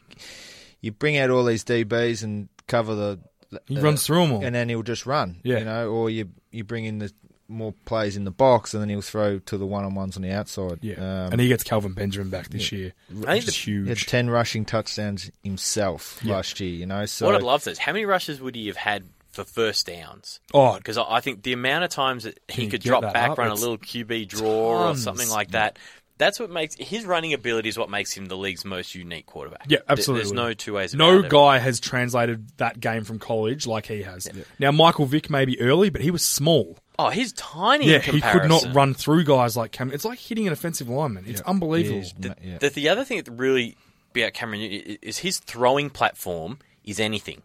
[SPEAKER 6] you bring out all these DBs and cover the.
[SPEAKER 5] he
[SPEAKER 6] uh,
[SPEAKER 5] runs through them all.
[SPEAKER 6] and then he'll just run.
[SPEAKER 5] Oh. Yeah.
[SPEAKER 6] You know, or you you bring in the more plays in the box, and then he'll throw to the one on ones on the outside.
[SPEAKER 5] yeah.
[SPEAKER 6] Um,
[SPEAKER 5] and he gets Calvin Benjamin back this year, which
[SPEAKER 3] think
[SPEAKER 5] is
[SPEAKER 3] the-
[SPEAKER 6] he had
[SPEAKER 5] huge.
[SPEAKER 6] ten rushing touchdowns himself
[SPEAKER 5] Yeah.
[SPEAKER 6] last year. You know, so
[SPEAKER 3] What I'd love to is how many rushes would he have had for first downs?
[SPEAKER 5] oh,
[SPEAKER 3] Because I I think the amount of times that he
[SPEAKER 5] you
[SPEAKER 3] could
[SPEAKER 5] get
[SPEAKER 3] drop
[SPEAKER 5] that
[SPEAKER 3] back,
[SPEAKER 5] up?
[SPEAKER 3] run a
[SPEAKER 5] It's
[SPEAKER 3] little QB draw or
[SPEAKER 5] tons.
[SPEAKER 3] something like that, that's what makes his running ability is what makes him the league's most unique quarterback.
[SPEAKER 5] yeah,
[SPEAKER 3] There-
[SPEAKER 5] absolutely.
[SPEAKER 3] There's no two ways.
[SPEAKER 5] No
[SPEAKER 3] about it.
[SPEAKER 5] guy has translated that game from college like he has. Now Michael Vick maybe early, but he was small.
[SPEAKER 3] Oh, he's tiny.
[SPEAKER 5] Yeah,
[SPEAKER 3] in
[SPEAKER 5] he
[SPEAKER 3] comparison.
[SPEAKER 5] could not run through guys like Cam. It's like hitting an offensive lineman. It's unbelievable.
[SPEAKER 6] He's ma- yeah.
[SPEAKER 3] The, the other thing that really be about Cameron Newton i- is his throwing platform is anything.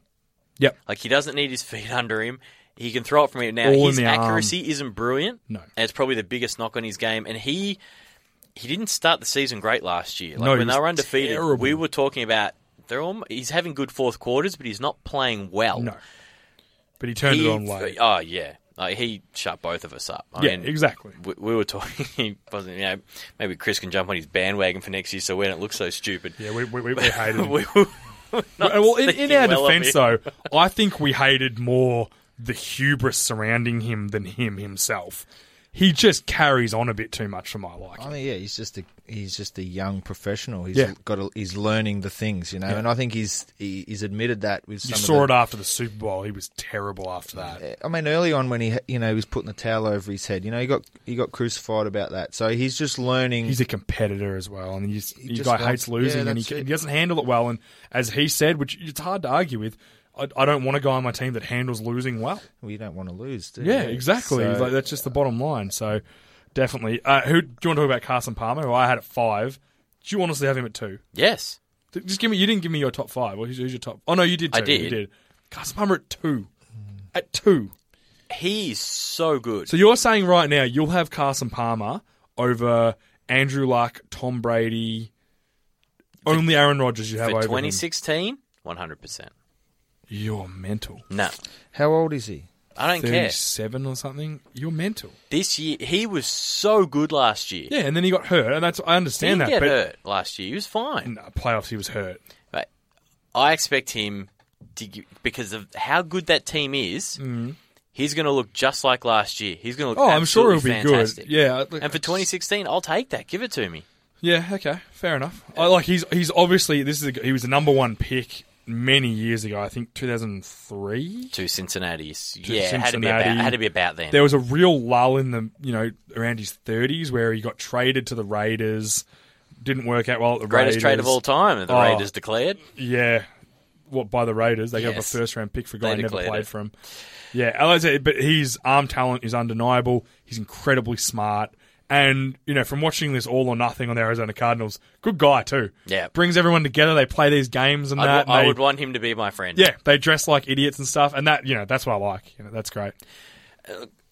[SPEAKER 5] Yep.
[SPEAKER 3] Like he doesn't need his feet under him. He can throw it from here. Now
[SPEAKER 5] All in
[SPEAKER 3] his
[SPEAKER 5] the arm.
[SPEAKER 3] accuracy isn't brilliant.
[SPEAKER 5] No.
[SPEAKER 3] And it's probably the biggest knock on his game. And he he didn't start the season great last year. Like
[SPEAKER 5] No, he
[SPEAKER 3] when they
[SPEAKER 5] was
[SPEAKER 3] were undefeated,
[SPEAKER 5] terrible.
[SPEAKER 3] we were talking about They're all, he's having good fourth quarters, but he's not playing well.
[SPEAKER 5] No. But he turned
[SPEAKER 3] He-
[SPEAKER 5] it on late.
[SPEAKER 3] Oh yeah, like he shut both of us up. I
[SPEAKER 5] yeah,
[SPEAKER 3] mean,
[SPEAKER 5] exactly.
[SPEAKER 3] we, we were talking. He wasn't. You know, maybe Chris can jump on his bandwagon for next year, so we don't look so stupid.
[SPEAKER 5] Yeah, we, we, we, we hated him.
[SPEAKER 3] we were not
[SPEAKER 5] well, in, in
[SPEAKER 3] thinking
[SPEAKER 5] our
[SPEAKER 3] well of him.
[SPEAKER 5] defense, though, I think we hated more the hubris surrounding him than him himself. He just carries on a bit too much for my liking.
[SPEAKER 6] I mean, yeah, he's just a he's just a young professional. He's
[SPEAKER 5] Yeah.
[SPEAKER 6] got a, he's learning the things, you know, and I think he's he, he's admitted that with some.
[SPEAKER 5] You
[SPEAKER 6] of
[SPEAKER 5] saw
[SPEAKER 6] the-
[SPEAKER 5] it after the Super Bowl. He was terrible after that.
[SPEAKER 6] I mean, early on when he you know he was putting the towel over his head, you know, he got he got crucified about that. So he's just learning.
[SPEAKER 5] He's a competitor as well, and he's, he
[SPEAKER 6] just
[SPEAKER 5] guy
[SPEAKER 6] wants-
[SPEAKER 5] hates losing,
[SPEAKER 6] yeah,
[SPEAKER 5] and he,
[SPEAKER 6] that's it.
[SPEAKER 5] he doesn't handle it well. And as he said, which it's hard to argue with, I, I don't want a guy on my team that handles losing well.
[SPEAKER 6] we don't want to lose. Do
[SPEAKER 5] Yeah,
[SPEAKER 6] we?
[SPEAKER 5] exactly.
[SPEAKER 6] So-
[SPEAKER 5] like, that's just the bottom line. So definitely, uh, who do you want to talk about? Carson Palmer, who I had at five. Do you honestly have him at two?
[SPEAKER 3] Yes,
[SPEAKER 5] Th- Just give me. You didn't give me your top five. Well, who's, who's your top? Oh no, you did. Too.
[SPEAKER 3] I
[SPEAKER 5] You
[SPEAKER 3] did.
[SPEAKER 5] did. Carson Palmer at two. At two.
[SPEAKER 3] he's so good.
[SPEAKER 5] So you're saying right now you'll have Carson Palmer over Andrew Luck, Tom Brady. Only Aaron Rodgers you have
[SPEAKER 3] for
[SPEAKER 5] over him.
[SPEAKER 3] 2016, 100. percent
[SPEAKER 5] You're mental.
[SPEAKER 3] No,
[SPEAKER 6] how old is he?
[SPEAKER 3] I don't care.
[SPEAKER 5] Thirty-seven or something. You're mental.
[SPEAKER 3] This year he was so good last year.
[SPEAKER 5] Yeah, and then he got hurt, and that's I
[SPEAKER 3] he
[SPEAKER 5] understand
[SPEAKER 3] didn't get
[SPEAKER 5] that. but Mm.
[SPEAKER 3] hurt last year. He was fine.
[SPEAKER 5] No, playoffs, he was hurt.
[SPEAKER 3] But I expect him to gi- because of how good that team is. He's going to look just like last year. He's going to look.
[SPEAKER 5] Mm. Oh, I'm sure he'll
[SPEAKER 3] absolutely
[SPEAKER 5] be
[SPEAKER 3] fantastic.
[SPEAKER 5] good. Yeah, like-
[SPEAKER 3] And for 2016, I'll take that. Give it to me.
[SPEAKER 5] Yeah, okay, fair enough. I, like he's he's obviously this is a, he was the number one pick many years ago. I think 2003.
[SPEAKER 3] To Cincinnati. s-
[SPEAKER 5] To
[SPEAKER 3] yeah, it had to be about
[SPEAKER 5] Cincinnati.
[SPEAKER 3] had to be about then.
[SPEAKER 5] There was a real lull in the you know around his 30s where he got traded to the Raiders. Didn't work out well at the
[SPEAKER 3] Greatest
[SPEAKER 5] Raiders.
[SPEAKER 3] trade of all time, the
[SPEAKER 5] Oh.
[SPEAKER 3] Raiders declared.
[SPEAKER 5] Yeah. What by the Raiders? They gave up a
[SPEAKER 3] Yes.
[SPEAKER 5] first round pick for a guy
[SPEAKER 3] They
[SPEAKER 5] who never
[SPEAKER 3] declared
[SPEAKER 5] played
[SPEAKER 3] it.
[SPEAKER 5] for him. Yeah, I like to say, but his arm talent is undeniable. He's incredibly smart, and you know from watching this all or nothing on the Arizona Cardinals, good guy too.
[SPEAKER 3] Yeah.
[SPEAKER 5] brings everyone together. They play these games and
[SPEAKER 3] I'd,
[SPEAKER 5] that.
[SPEAKER 3] wa- I
[SPEAKER 5] and they-
[SPEAKER 3] would want him to be my friend.
[SPEAKER 5] yeah, they dress like idiots and stuff, and that you know that's what I like. You know, that's great.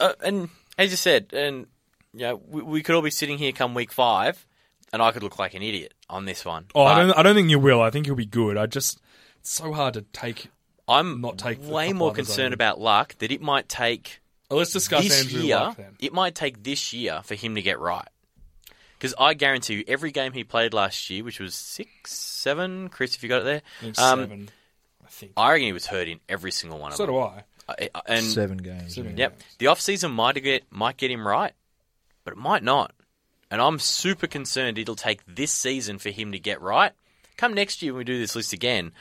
[SPEAKER 3] Uh, and as you said, and you know, we, we could all be sitting here come week five, and I could look like an idiot on this one.
[SPEAKER 5] Oh, I
[SPEAKER 3] But
[SPEAKER 5] don't, I don't think you will. I think you'll be good. I just it's so hard to take.
[SPEAKER 3] I'm
[SPEAKER 5] not take the
[SPEAKER 3] way
[SPEAKER 5] top
[SPEAKER 3] more
[SPEAKER 5] liners, I
[SPEAKER 3] concerned
[SPEAKER 5] would.
[SPEAKER 3] about luck that it might take
[SPEAKER 5] Well, let's discuss
[SPEAKER 3] this
[SPEAKER 5] Andrew
[SPEAKER 3] year.
[SPEAKER 5] Luck then.
[SPEAKER 3] It might take this year for him to get right. Because I guarantee you, every game he played last year, which was six, seven, Chris, if you got it there,
[SPEAKER 5] I think
[SPEAKER 3] um,
[SPEAKER 5] seven. I think
[SPEAKER 3] I reckon he was hurt in every single one of
[SPEAKER 5] so.
[SPEAKER 3] them.
[SPEAKER 5] Do I.
[SPEAKER 3] I, I- and
[SPEAKER 6] Seven games. yeah.
[SPEAKER 3] Yep. The off season might get might get him right, but it might not. And I'm super concerned it'll take this season for him to get right. Come next year when we do this list again,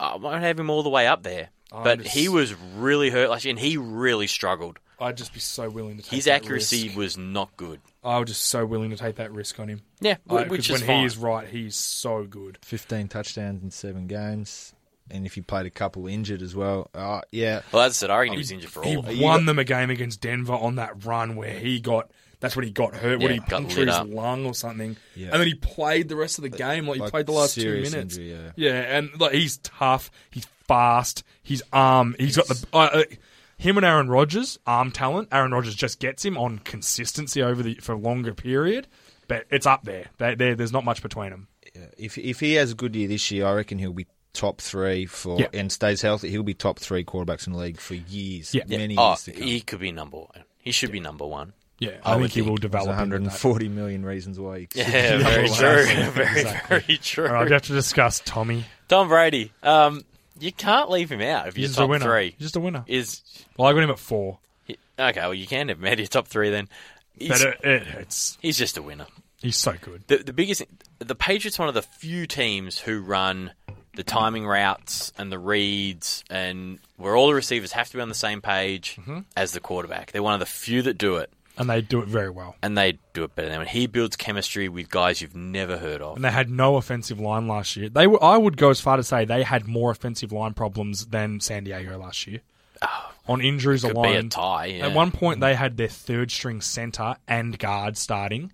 [SPEAKER 3] I won't have him all the way up there. But
[SPEAKER 5] under-
[SPEAKER 3] he was really hurt last year, and he really struggled.
[SPEAKER 5] I'd just be so willing to take
[SPEAKER 3] His
[SPEAKER 5] that
[SPEAKER 3] accuracy
[SPEAKER 5] risk.
[SPEAKER 3] was not good.
[SPEAKER 5] I was just so willing to take that risk on him.
[SPEAKER 3] Yeah,
[SPEAKER 5] I-
[SPEAKER 3] wh- which
[SPEAKER 5] 'cause
[SPEAKER 3] is
[SPEAKER 5] when
[SPEAKER 3] fine.
[SPEAKER 5] he is right, he's so good.
[SPEAKER 6] Fifteen touchdowns in seven games, and if he played a couple injured as well, uh, yeah.
[SPEAKER 3] Well, as I said, I reckon he was injured for all
[SPEAKER 5] He
[SPEAKER 3] of them.
[SPEAKER 5] won them a game against Denver on that run where he got. That's when he got hurt. when
[SPEAKER 3] Yeah,
[SPEAKER 5] he
[SPEAKER 3] got
[SPEAKER 5] punctured
[SPEAKER 3] lit
[SPEAKER 5] his
[SPEAKER 3] up.
[SPEAKER 5] lung or something,
[SPEAKER 6] Yeah.
[SPEAKER 5] and then he played the rest of the game. Like he
[SPEAKER 6] like
[SPEAKER 5] played the last two
[SPEAKER 6] serious
[SPEAKER 5] minutes.
[SPEAKER 6] injury, yeah.
[SPEAKER 5] and like he's tough. He's fast. His arm. he's got the. Uh, uh, him and Aaron Rodgers, arm talent. Aaron Rodgers just gets him on consistency over the for a longer period, but it's up there. They, they, there's not much between them.
[SPEAKER 6] If if he has a good year this year, I reckon he'll be top three for
[SPEAKER 5] Yeah.
[SPEAKER 6] and stays healthy. He'll be top three quarterbacks in the league for years,
[SPEAKER 5] Yeah.
[SPEAKER 6] many
[SPEAKER 3] Oh,
[SPEAKER 6] years to come.
[SPEAKER 3] he could be number one. He should be number one.
[SPEAKER 5] Yeah, I,
[SPEAKER 3] would
[SPEAKER 5] think he
[SPEAKER 3] think
[SPEAKER 5] will
[SPEAKER 6] There's
[SPEAKER 5] develop. into that.
[SPEAKER 6] 140 million reasons why. He should
[SPEAKER 3] Yeah,
[SPEAKER 6] be
[SPEAKER 3] very
[SPEAKER 6] number
[SPEAKER 3] true.
[SPEAKER 6] one.
[SPEAKER 3] very, very true.
[SPEAKER 5] All right, we have to discuss Tommy.
[SPEAKER 3] Tom Brady. Um, you can't leave him out if you're
[SPEAKER 5] He's just a
[SPEAKER 3] top
[SPEAKER 5] winner.
[SPEAKER 3] three.
[SPEAKER 5] He's just a winner.
[SPEAKER 3] Is
[SPEAKER 5] Well, I got him at four,
[SPEAKER 3] okay. Well, you can have made your top three then.
[SPEAKER 5] but
[SPEAKER 3] He's,
[SPEAKER 5] it, it hurts.
[SPEAKER 3] he's just a winner.
[SPEAKER 5] He's so good.
[SPEAKER 3] The, the biggest, the Patriots, are one of the few teams who run the timing routes and the reads, and where all the receivers have to be on the same page
[SPEAKER 5] Mm-hmm.
[SPEAKER 3] as the quarterback. They're one of the few that do it,
[SPEAKER 5] and they do it very well.
[SPEAKER 3] and they do it better than him. He builds chemistry with guys you've never heard of.
[SPEAKER 5] And they had no offensive line last year. They were, I would go as far to say they had more offensive line problems than San Diego last year. On injuries
[SPEAKER 3] Oh, Could
[SPEAKER 5] alone,
[SPEAKER 3] be a tie. Yeah. Mm.
[SPEAKER 5] At one point, they had their third string center and guard starting,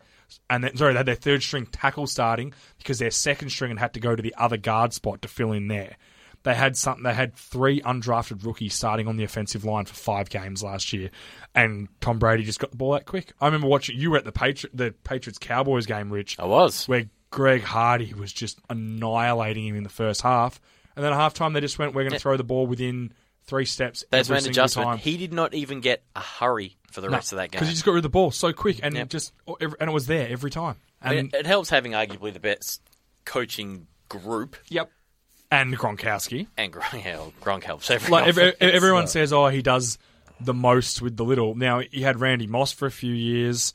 [SPEAKER 5] and then, sorry, they had their third string tackle starting because their second string had to go to the other guard spot to fill in there. They had something. They had three undrafted rookies starting on the offensive line for five games last year, and Tom Brady just got the ball that quick. I remember watching. You were at the Patri- the Patriots Cowboys game, Rich.
[SPEAKER 3] I was.
[SPEAKER 5] where Greg Hardy was just annihilating him in the first half. And then at halftime, they just went, we're going to throw the ball within three steps
[SPEAKER 3] That's
[SPEAKER 5] every
[SPEAKER 3] made an
[SPEAKER 5] single
[SPEAKER 3] adjustment.
[SPEAKER 5] time.
[SPEAKER 3] He did not even get a hurry for the rest of that game.
[SPEAKER 5] Because he just got rid of the ball so quick and
[SPEAKER 3] Yep.
[SPEAKER 5] it just oh, every- and it was there every time.
[SPEAKER 3] I
[SPEAKER 5] And
[SPEAKER 3] mean, it helps having arguably the best coaching group
[SPEAKER 5] yep. And Gronkowski.
[SPEAKER 3] and Gronk help. Gronk helps everyone.
[SPEAKER 5] Like ev- ev- everyone says, oh, he does the most with the little. Now he had Randy Moss for a few years,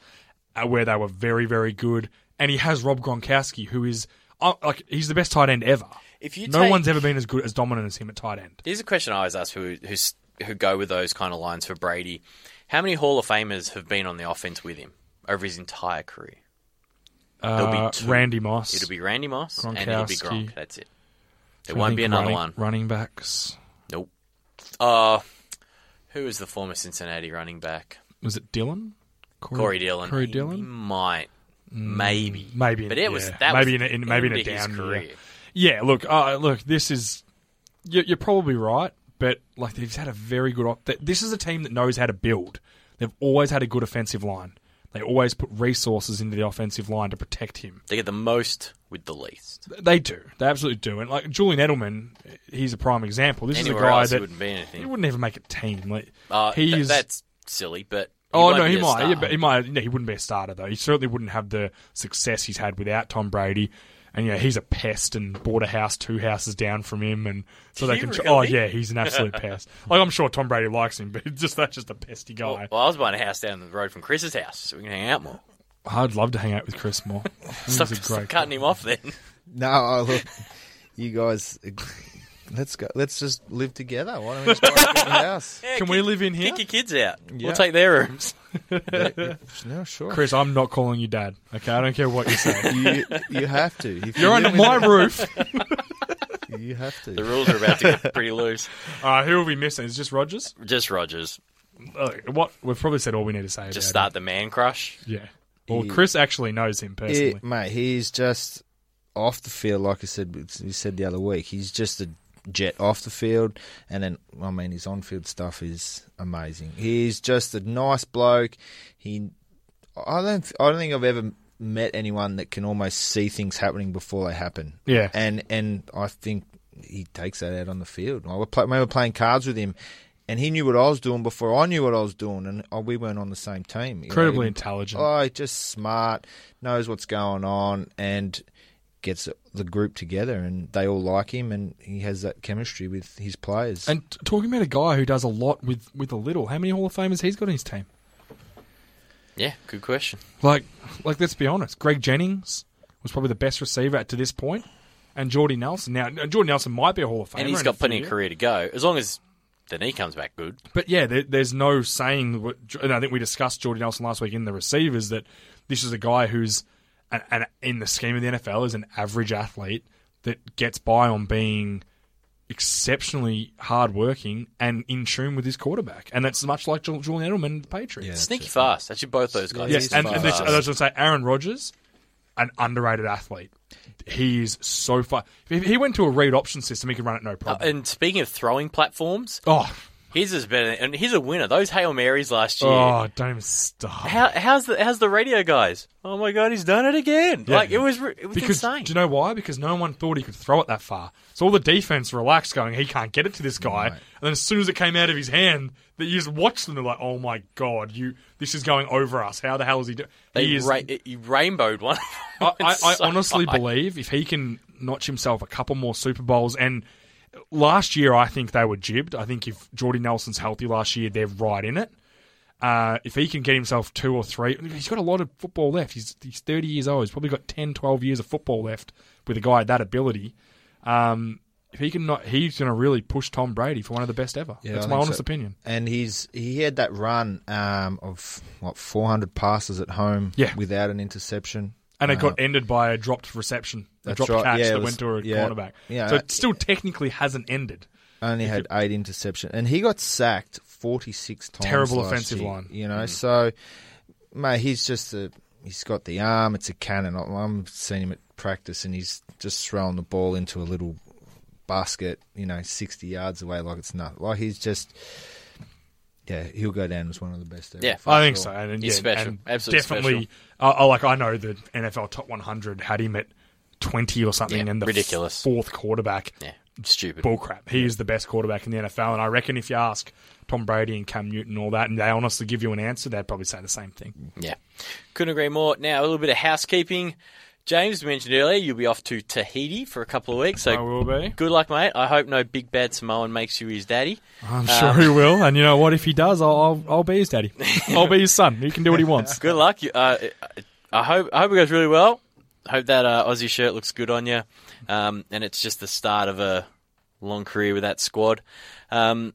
[SPEAKER 5] uh, where they were very, very good, and he has Rob Gronkowski, who is uh, like he's the best tight end ever.
[SPEAKER 3] If you
[SPEAKER 5] no
[SPEAKER 3] take-
[SPEAKER 5] one's ever been as good as dominant as him at tight end.
[SPEAKER 3] Here's a question I always ask who who's, who go with those kind of lines for Brady. How many Hall of Famers have been on the offense with him over his entire career? There'll be
[SPEAKER 5] Uh,
[SPEAKER 3] two.
[SPEAKER 5] Randy Moss.
[SPEAKER 3] It'll be Randy Moss and it'll be
[SPEAKER 5] Gronkowski.
[SPEAKER 3] Gronk. That's it. There
[SPEAKER 5] Trying to
[SPEAKER 3] won't
[SPEAKER 5] think
[SPEAKER 3] be
[SPEAKER 5] of
[SPEAKER 3] another
[SPEAKER 5] running,
[SPEAKER 3] one.
[SPEAKER 5] Running backs.
[SPEAKER 3] Nope. Uh, who is the former Cincinnati running back?
[SPEAKER 5] Was it Dylan?
[SPEAKER 3] Corey Dillon.
[SPEAKER 5] Mm. Corey
[SPEAKER 3] He
[SPEAKER 5] Dillon. Mm.
[SPEAKER 3] might. Maybe.
[SPEAKER 5] Maybe in-
[SPEAKER 3] But it was
[SPEAKER 5] yeah.
[SPEAKER 3] that
[SPEAKER 5] Maybe
[SPEAKER 3] was
[SPEAKER 5] in a- in- maybe in a
[SPEAKER 3] end of his
[SPEAKER 5] down year.
[SPEAKER 3] career.
[SPEAKER 5] Yeah, look, uh, look, this is you're, you're probably right, but like they've had a very good. Op- th- this is a team that knows how to build. They've always had a good offensive line. They always put resources into the offensive line to protect him.
[SPEAKER 3] They get the most with the least.
[SPEAKER 5] Th- They do. They absolutely do. And like Julian Edelman, he's a prime example. This
[SPEAKER 3] Anywhere
[SPEAKER 5] is a guy
[SPEAKER 3] else,
[SPEAKER 5] that
[SPEAKER 3] it wouldn't be anything.
[SPEAKER 5] he wouldn't even make a team. Like
[SPEAKER 3] Uh,
[SPEAKER 5] he
[SPEAKER 3] th-
[SPEAKER 5] is.
[SPEAKER 3] That's silly, but.
[SPEAKER 5] oh
[SPEAKER 3] won't
[SPEAKER 5] no,
[SPEAKER 3] be
[SPEAKER 5] he
[SPEAKER 3] a
[SPEAKER 5] might.
[SPEAKER 3] star.
[SPEAKER 5] Yeah, but he might. No, he wouldn't be a starter though. He certainly wouldn't have the success he's had without Tom Brady. And yeah, he's a pest and bought a house two houses down from him, and so they
[SPEAKER 3] He
[SPEAKER 5] can.
[SPEAKER 3] really?
[SPEAKER 5] Oh yeah, he's an absolute pest. Like I'm sure Tom Brady likes him, but it's just that's just a pesty guy.
[SPEAKER 3] Oh, Well, well, I was buying a house down the road from Chris's house, so we can hang out more.
[SPEAKER 5] I'd love to hang out with Chris more. He's a
[SPEAKER 3] Stop,
[SPEAKER 5] great.
[SPEAKER 3] stop
[SPEAKER 5] guy.
[SPEAKER 3] cutting him off then.
[SPEAKER 6] No, oh, look, you guys, let's go. Let's just live together. Why don't we just buy a big house?
[SPEAKER 5] Can we live in here,
[SPEAKER 3] Kick your kids out.
[SPEAKER 6] Yeah.
[SPEAKER 3] We'll take their rooms.
[SPEAKER 6] No, sure.
[SPEAKER 5] Chris? I'm not calling you dad. Okay, I don't care what you say.
[SPEAKER 6] you you have to. If
[SPEAKER 5] You're under
[SPEAKER 6] live in
[SPEAKER 5] my roof.
[SPEAKER 6] it, You have
[SPEAKER 3] The
[SPEAKER 6] to.
[SPEAKER 3] rules are about to get pretty loose.
[SPEAKER 5] Uh, who are we missing? Is it just Rogers?
[SPEAKER 3] Just Rogers.
[SPEAKER 5] Uh, what we've probably said all we need to say.
[SPEAKER 3] Just
[SPEAKER 5] about
[SPEAKER 3] start the man crush.
[SPEAKER 5] him. Yeah. Well, Chris actually knows him personally.
[SPEAKER 6] It, mate, he's just off the field. Like I said, we said the other week, he's just a jet off the field, and then I mean, his on-field stuff is amazing. He's just a nice bloke. He, I don't, I don't think I've ever met anyone that can almost see things happening before they happen.
[SPEAKER 5] Yeah.
[SPEAKER 6] and and I think he takes that out on the field. I would play- remember playing cards with him. And he knew what I was doing before I knew what I was doing, and oh, we weren't on the same team. you know.
[SPEAKER 5] Incredibly intelligent.
[SPEAKER 6] Oh, just smart, knows what's going on, and gets the group together, and they all like him, and he has that chemistry with his players.
[SPEAKER 5] And t- talking about a guy who does a lot with with a little, how many Hall of Famers he's got in his team?
[SPEAKER 3] Yeah, good question.
[SPEAKER 5] Like, like let's be honest, Greg Jennings was probably the best receiver at to this point, and Jordy Nelson. Now, now, Jordy Nelson might be a Hall of Famer,
[SPEAKER 3] And
[SPEAKER 5] in
[SPEAKER 3] he's
[SPEAKER 5] a
[SPEAKER 3] got
[SPEAKER 5] few
[SPEAKER 3] plenty of
[SPEAKER 5] years.
[SPEAKER 3] career to go, as long as the knee comes back good.
[SPEAKER 5] But yeah, there, there's no saying. What, and I think we discussed Jordy Nelson last week in the receivers that this is a guy who's, an, an, in the scheme of the NFL, is an average athlete that gets by on being exceptionally hardworking and in tune with his quarterback, and that's much like Jul- Julian Edelman, in the Patriots.
[SPEAKER 3] Sneaky fast. Actually, both those guys.
[SPEAKER 5] Yes,
[SPEAKER 3] He's
[SPEAKER 5] and, and this,
[SPEAKER 3] fast.
[SPEAKER 5] I was going to say Aaron Rodgers, an underrated athlete. He is so far. If he went to a read option system, he could run it no
[SPEAKER 3] Uh,
[SPEAKER 5] problem.
[SPEAKER 3] and speaking of throwing platforms,
[SPEAKER 5] oh,
[SPEAKER 3] his is better, and he's a winner. Those hail marys last year.
[SPEAKER 5] oh, don't even start.
[SPEAKER 3] How, how's the how's the radio guys? Oh my god, he's done it again!
[SPEAKER 5] Yeah.
[SPEAKER 3] Like it was, re- it was
[SPEAKER 5] because
[SPEAKER 3] insane.
[SPEAKER 5] do you know why? Because no one thought he could throw it that far. So all the defense relaxed, going, "He can't get it to this guy." And then as soon as it came out of his hand, that you just watched them. They're like, "Oh my god, you! This is going over us. How the hell is he doing?"
[SPEAKER 3] they
[SPEAKER 5] he is
[SPEAKER 3] ra- it- you rainbowed one.
[SPEAKER 5] I, I,
[SPEAKER 3] It's
[SPEAKER 5] I
[SPEAKER 3] so
[SPEAKER 5] honestly
[SPEAKER 3] high.
[SPEAKER 5] believe if he can notch himself a couple more Super Bowls, and last year I think they were jibbed. I think if Jordy Nelson's healthy last year, they're right in it. Uh, if he can get himself two or three, he's got a lot of football left. He's, he's 30 years old. He's probably got 10, 12 years of football left with a guy at that ability. Um, if he can not, he's going to really push Tom Brady for one of the best ever.
[SPEAKER 6] Yeah,
[SPEAKER 5] That's
[SPEAKER 6] I
[SPEAKER 5] my
[SPEAKER 6] think
[SPEAKER 5] honest
[SPEAKER 6] so.
[SPEAKER 5] opinion.
[SPEAKER 6] And he's he had that run um, of what 400 passes at home
[SPEAKER 5] Yeah.
[SPEAKER 6] without an interception.
[SPEAKER 5] And it
[SPEAKER 6] Uh,
[SPEAKER 5] got ended by a dropped reception, a
[SPEAKER 6] That's
[SPEAKER 5] dropped
[SPEAKER 6] right.
[SPEAKER 5] catch
[SPEAKER 6] Yeah, it
[SPEAKER 5] that
[SPEAKER 6] was-
[SPEAKER 5] went to a
[SPEAKER 6] yeah.
[SPEAKER 5] cornerback.
[SPEAKER 6] Yeah.
[SPEAKER 5] so it still technically hasn't ended.
[SPEAKER 6] only had eight interception, and he got sacked 46 times.
[SPEAKER 5] Terrible
[SPEAKER 6] last
[SPEAKER 5] offensive
[SPEAKER 6] year,
[SPEAKER 5] line. Mm-hmm.
[SPEAKER 6] you know. So, mate, he's just a he's got the arm. It's a cannon. I- I'm seeing him at practice, and he's just throwing the ball into a little basket, you know, 60 yards away, like it's nothing. Like he's just. Yeah, he'll go down as one of the best ever.
[SPEAKER 3] Yeah. Uh,
[SPEAKER 6] for
[SPEAKER 5] I think
[SPEAKER 6] sure.
[SPEAKER 5] so. And,
[SPEAKER 3] He's
[SPEAKER 5] yeah,
[SPEAKER 3] special.
[SPEAKER 5] and
[SPEAKER 3] Absolutely
[SPEAKER 5] definitely. I I like I know the NFL top 100 had him at twenty or something,
[SPEAKER 3] Yeah,
[SPEAKER 5] and the
[SPEAKER 3] ridiculous.
[SPEAKER 5] fourth quarterback.
[SPEAKER 3] Yeah, stupid.
[SPEAKER 5] Bullcrap. He is the best quarterback in the NFL, and I reckon if you ask Tom Brady and Cam Newton and all that, and they honestly give you an answer, they'd probably say the same thing.
[SPEAKER 3] Yeah. Couldn't agree more. Now, a little bit of housekeeping. James mentioned earlier you'll be off to Tahiti for a couple of weeks. So
[SPEAKER 5] be.
[SPEAKER 3] good luck, mate. I hope no big bad Samoan makes you his daddy.
[SPEAKER 5] I'm
[SPEAKER 3] Uh,
[SPEAKER 5] sure he will, and you know what? If he does, I'll I'll, I'll be his daddy. I'll be his son. He can do what he wants.
[SPEAKER 3] Good luck. You, uh, I hope I hope it goes really well. Hope that uh, Aussie shirt looks good on you, um, and it's just the start of a long career with that squad. Um,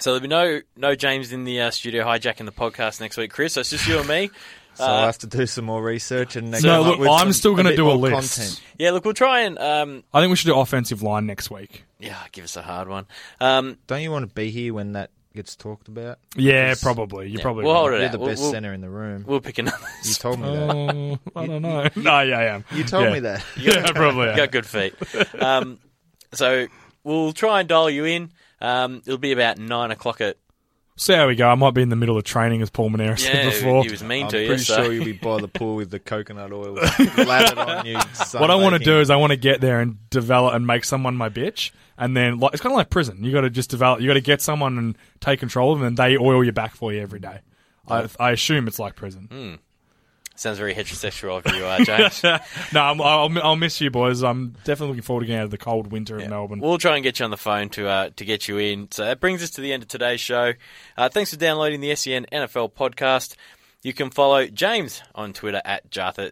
[SPEAKER 3] so there'll be no no James in the uh, studio hijacking the podcast next week, Chris. So it's just you and me.
[SPEAKER 6] So I'll have to do some more research and
[SPEAKER 5] So,
[SPEAKER 6] come up
[SPEAKER 5] look,
[SPEAKER 6] with
[SPEAKER 5] I'm
[SPEAKER 6] some-
[SPEAKER 5] still gonna
[SPEAKER 6] bit
[SPEAKER 5] do a
[SPEAKER 6] more
[SPEAKER 5] list.
[SPEAKER 6] content.
[SPEAKER 3] Yeah, look, we'll try and um,
[SPEAKER 5] I think we should do offensive line next week.
[SPEAKER 3] yeah, give us a hard one. Um,
[SPEAKER 6] Don't you want to be here when that gets talked about?
[SPEAKER 5] Yeah, probably. You're probably.
[SPEAKER 3] we'll hold
[SPEAKER 5] right.
[SPEAKER 3] it
[SPEAKER 6] You're
[SPEAKER 3] out.
[SPEAKER 6] the
[SPEAKER 3] We'll-
[SPEAKER 6] best
[SPEAKER 3] we'll-
[SPEAKER 6] center in the room.
[SPEAKER 3] We'll pick another.
[SPEAKER 6] you told me that.
[SPEAKER 5] Oh, I don't know. no, yeah, I am.
[SPEAKER 6] You told
[SPEAKER 5] Yeah.
[SPEAKER 6] me that.
[SPEAKER 5] Yeah, probably.
[SPEAKER 3] You
[SPEAKER 5] am.
[SPEAKER 3] got good feet. Um, so we'll try and dial you in. Um, it'll be about nine o'clock at.
[SPEAKER 5] See how we go. I might be in the middle of training, as Paul Monera said
[SPEAKER 3] Yeah,
[SPEAKER 5] before.
[SPEAKER 3] he was mean
[SPEAKER 6] I'm
[SPEAKER 3] to you.
[SPEAKER 6] pretty
[SPEAKER 3] so-
[SPEAKER 6] sure you'll be by the pool with the coconut oil lathered on you.
[SPEAKER 5] What I want to do is I want to get there and develop and make someone my bitch, and then like, it's kind of like prison. You got to just develop. You got to get someone and take control of them, and they oil you back for you every day. I, I assume it's like prison.
[SPEAKER 3] Hmm. Sounds very heterosexual of you, uh, James.
[SPEAKER 5] No, I'm, I'll, I'll miss you, boys. I'm definitely looking forward to getting out of the cold winter of Melbourne.
[SPEAKER 3] we'll try and get you on the phone to uh, to get you in. So that brings us to the end of today's show. Uh, thanks for downloading the SEN NFL podcast. You can follow James on Twitter at Jartha.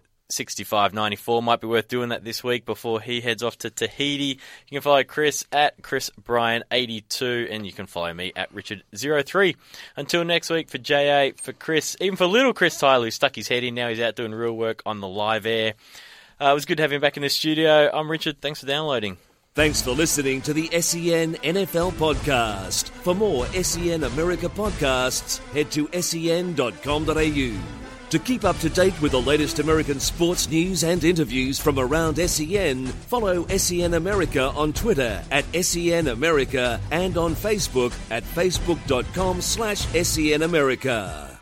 [SPEAKER 3] 6594 might be worth doing that this week before he heads off to Tahiti. You can follow Chris at Chris Bryan 82 and you can follow me at Richard03. Until next week for JA, for Chris, even for little Chris Tyler who stuck his head in, now he's out doing real work on the live air. Uh, it was good to have him back in the studio. I'm Richard, thanks for downloading.
[SPEAKER 2] Thanks for listening to the E SEN NFL podcast. For more SEN America podcasts, head to E sen.com.au. To keep up to date with the latest American sports news and interviews from around SEN, follow SEN America on Twitter at SEN America and on Facebook at facebook.com slash SEN America.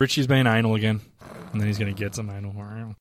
[SPEAKER 5] Richie's being anal again, and then he's going to get some anal.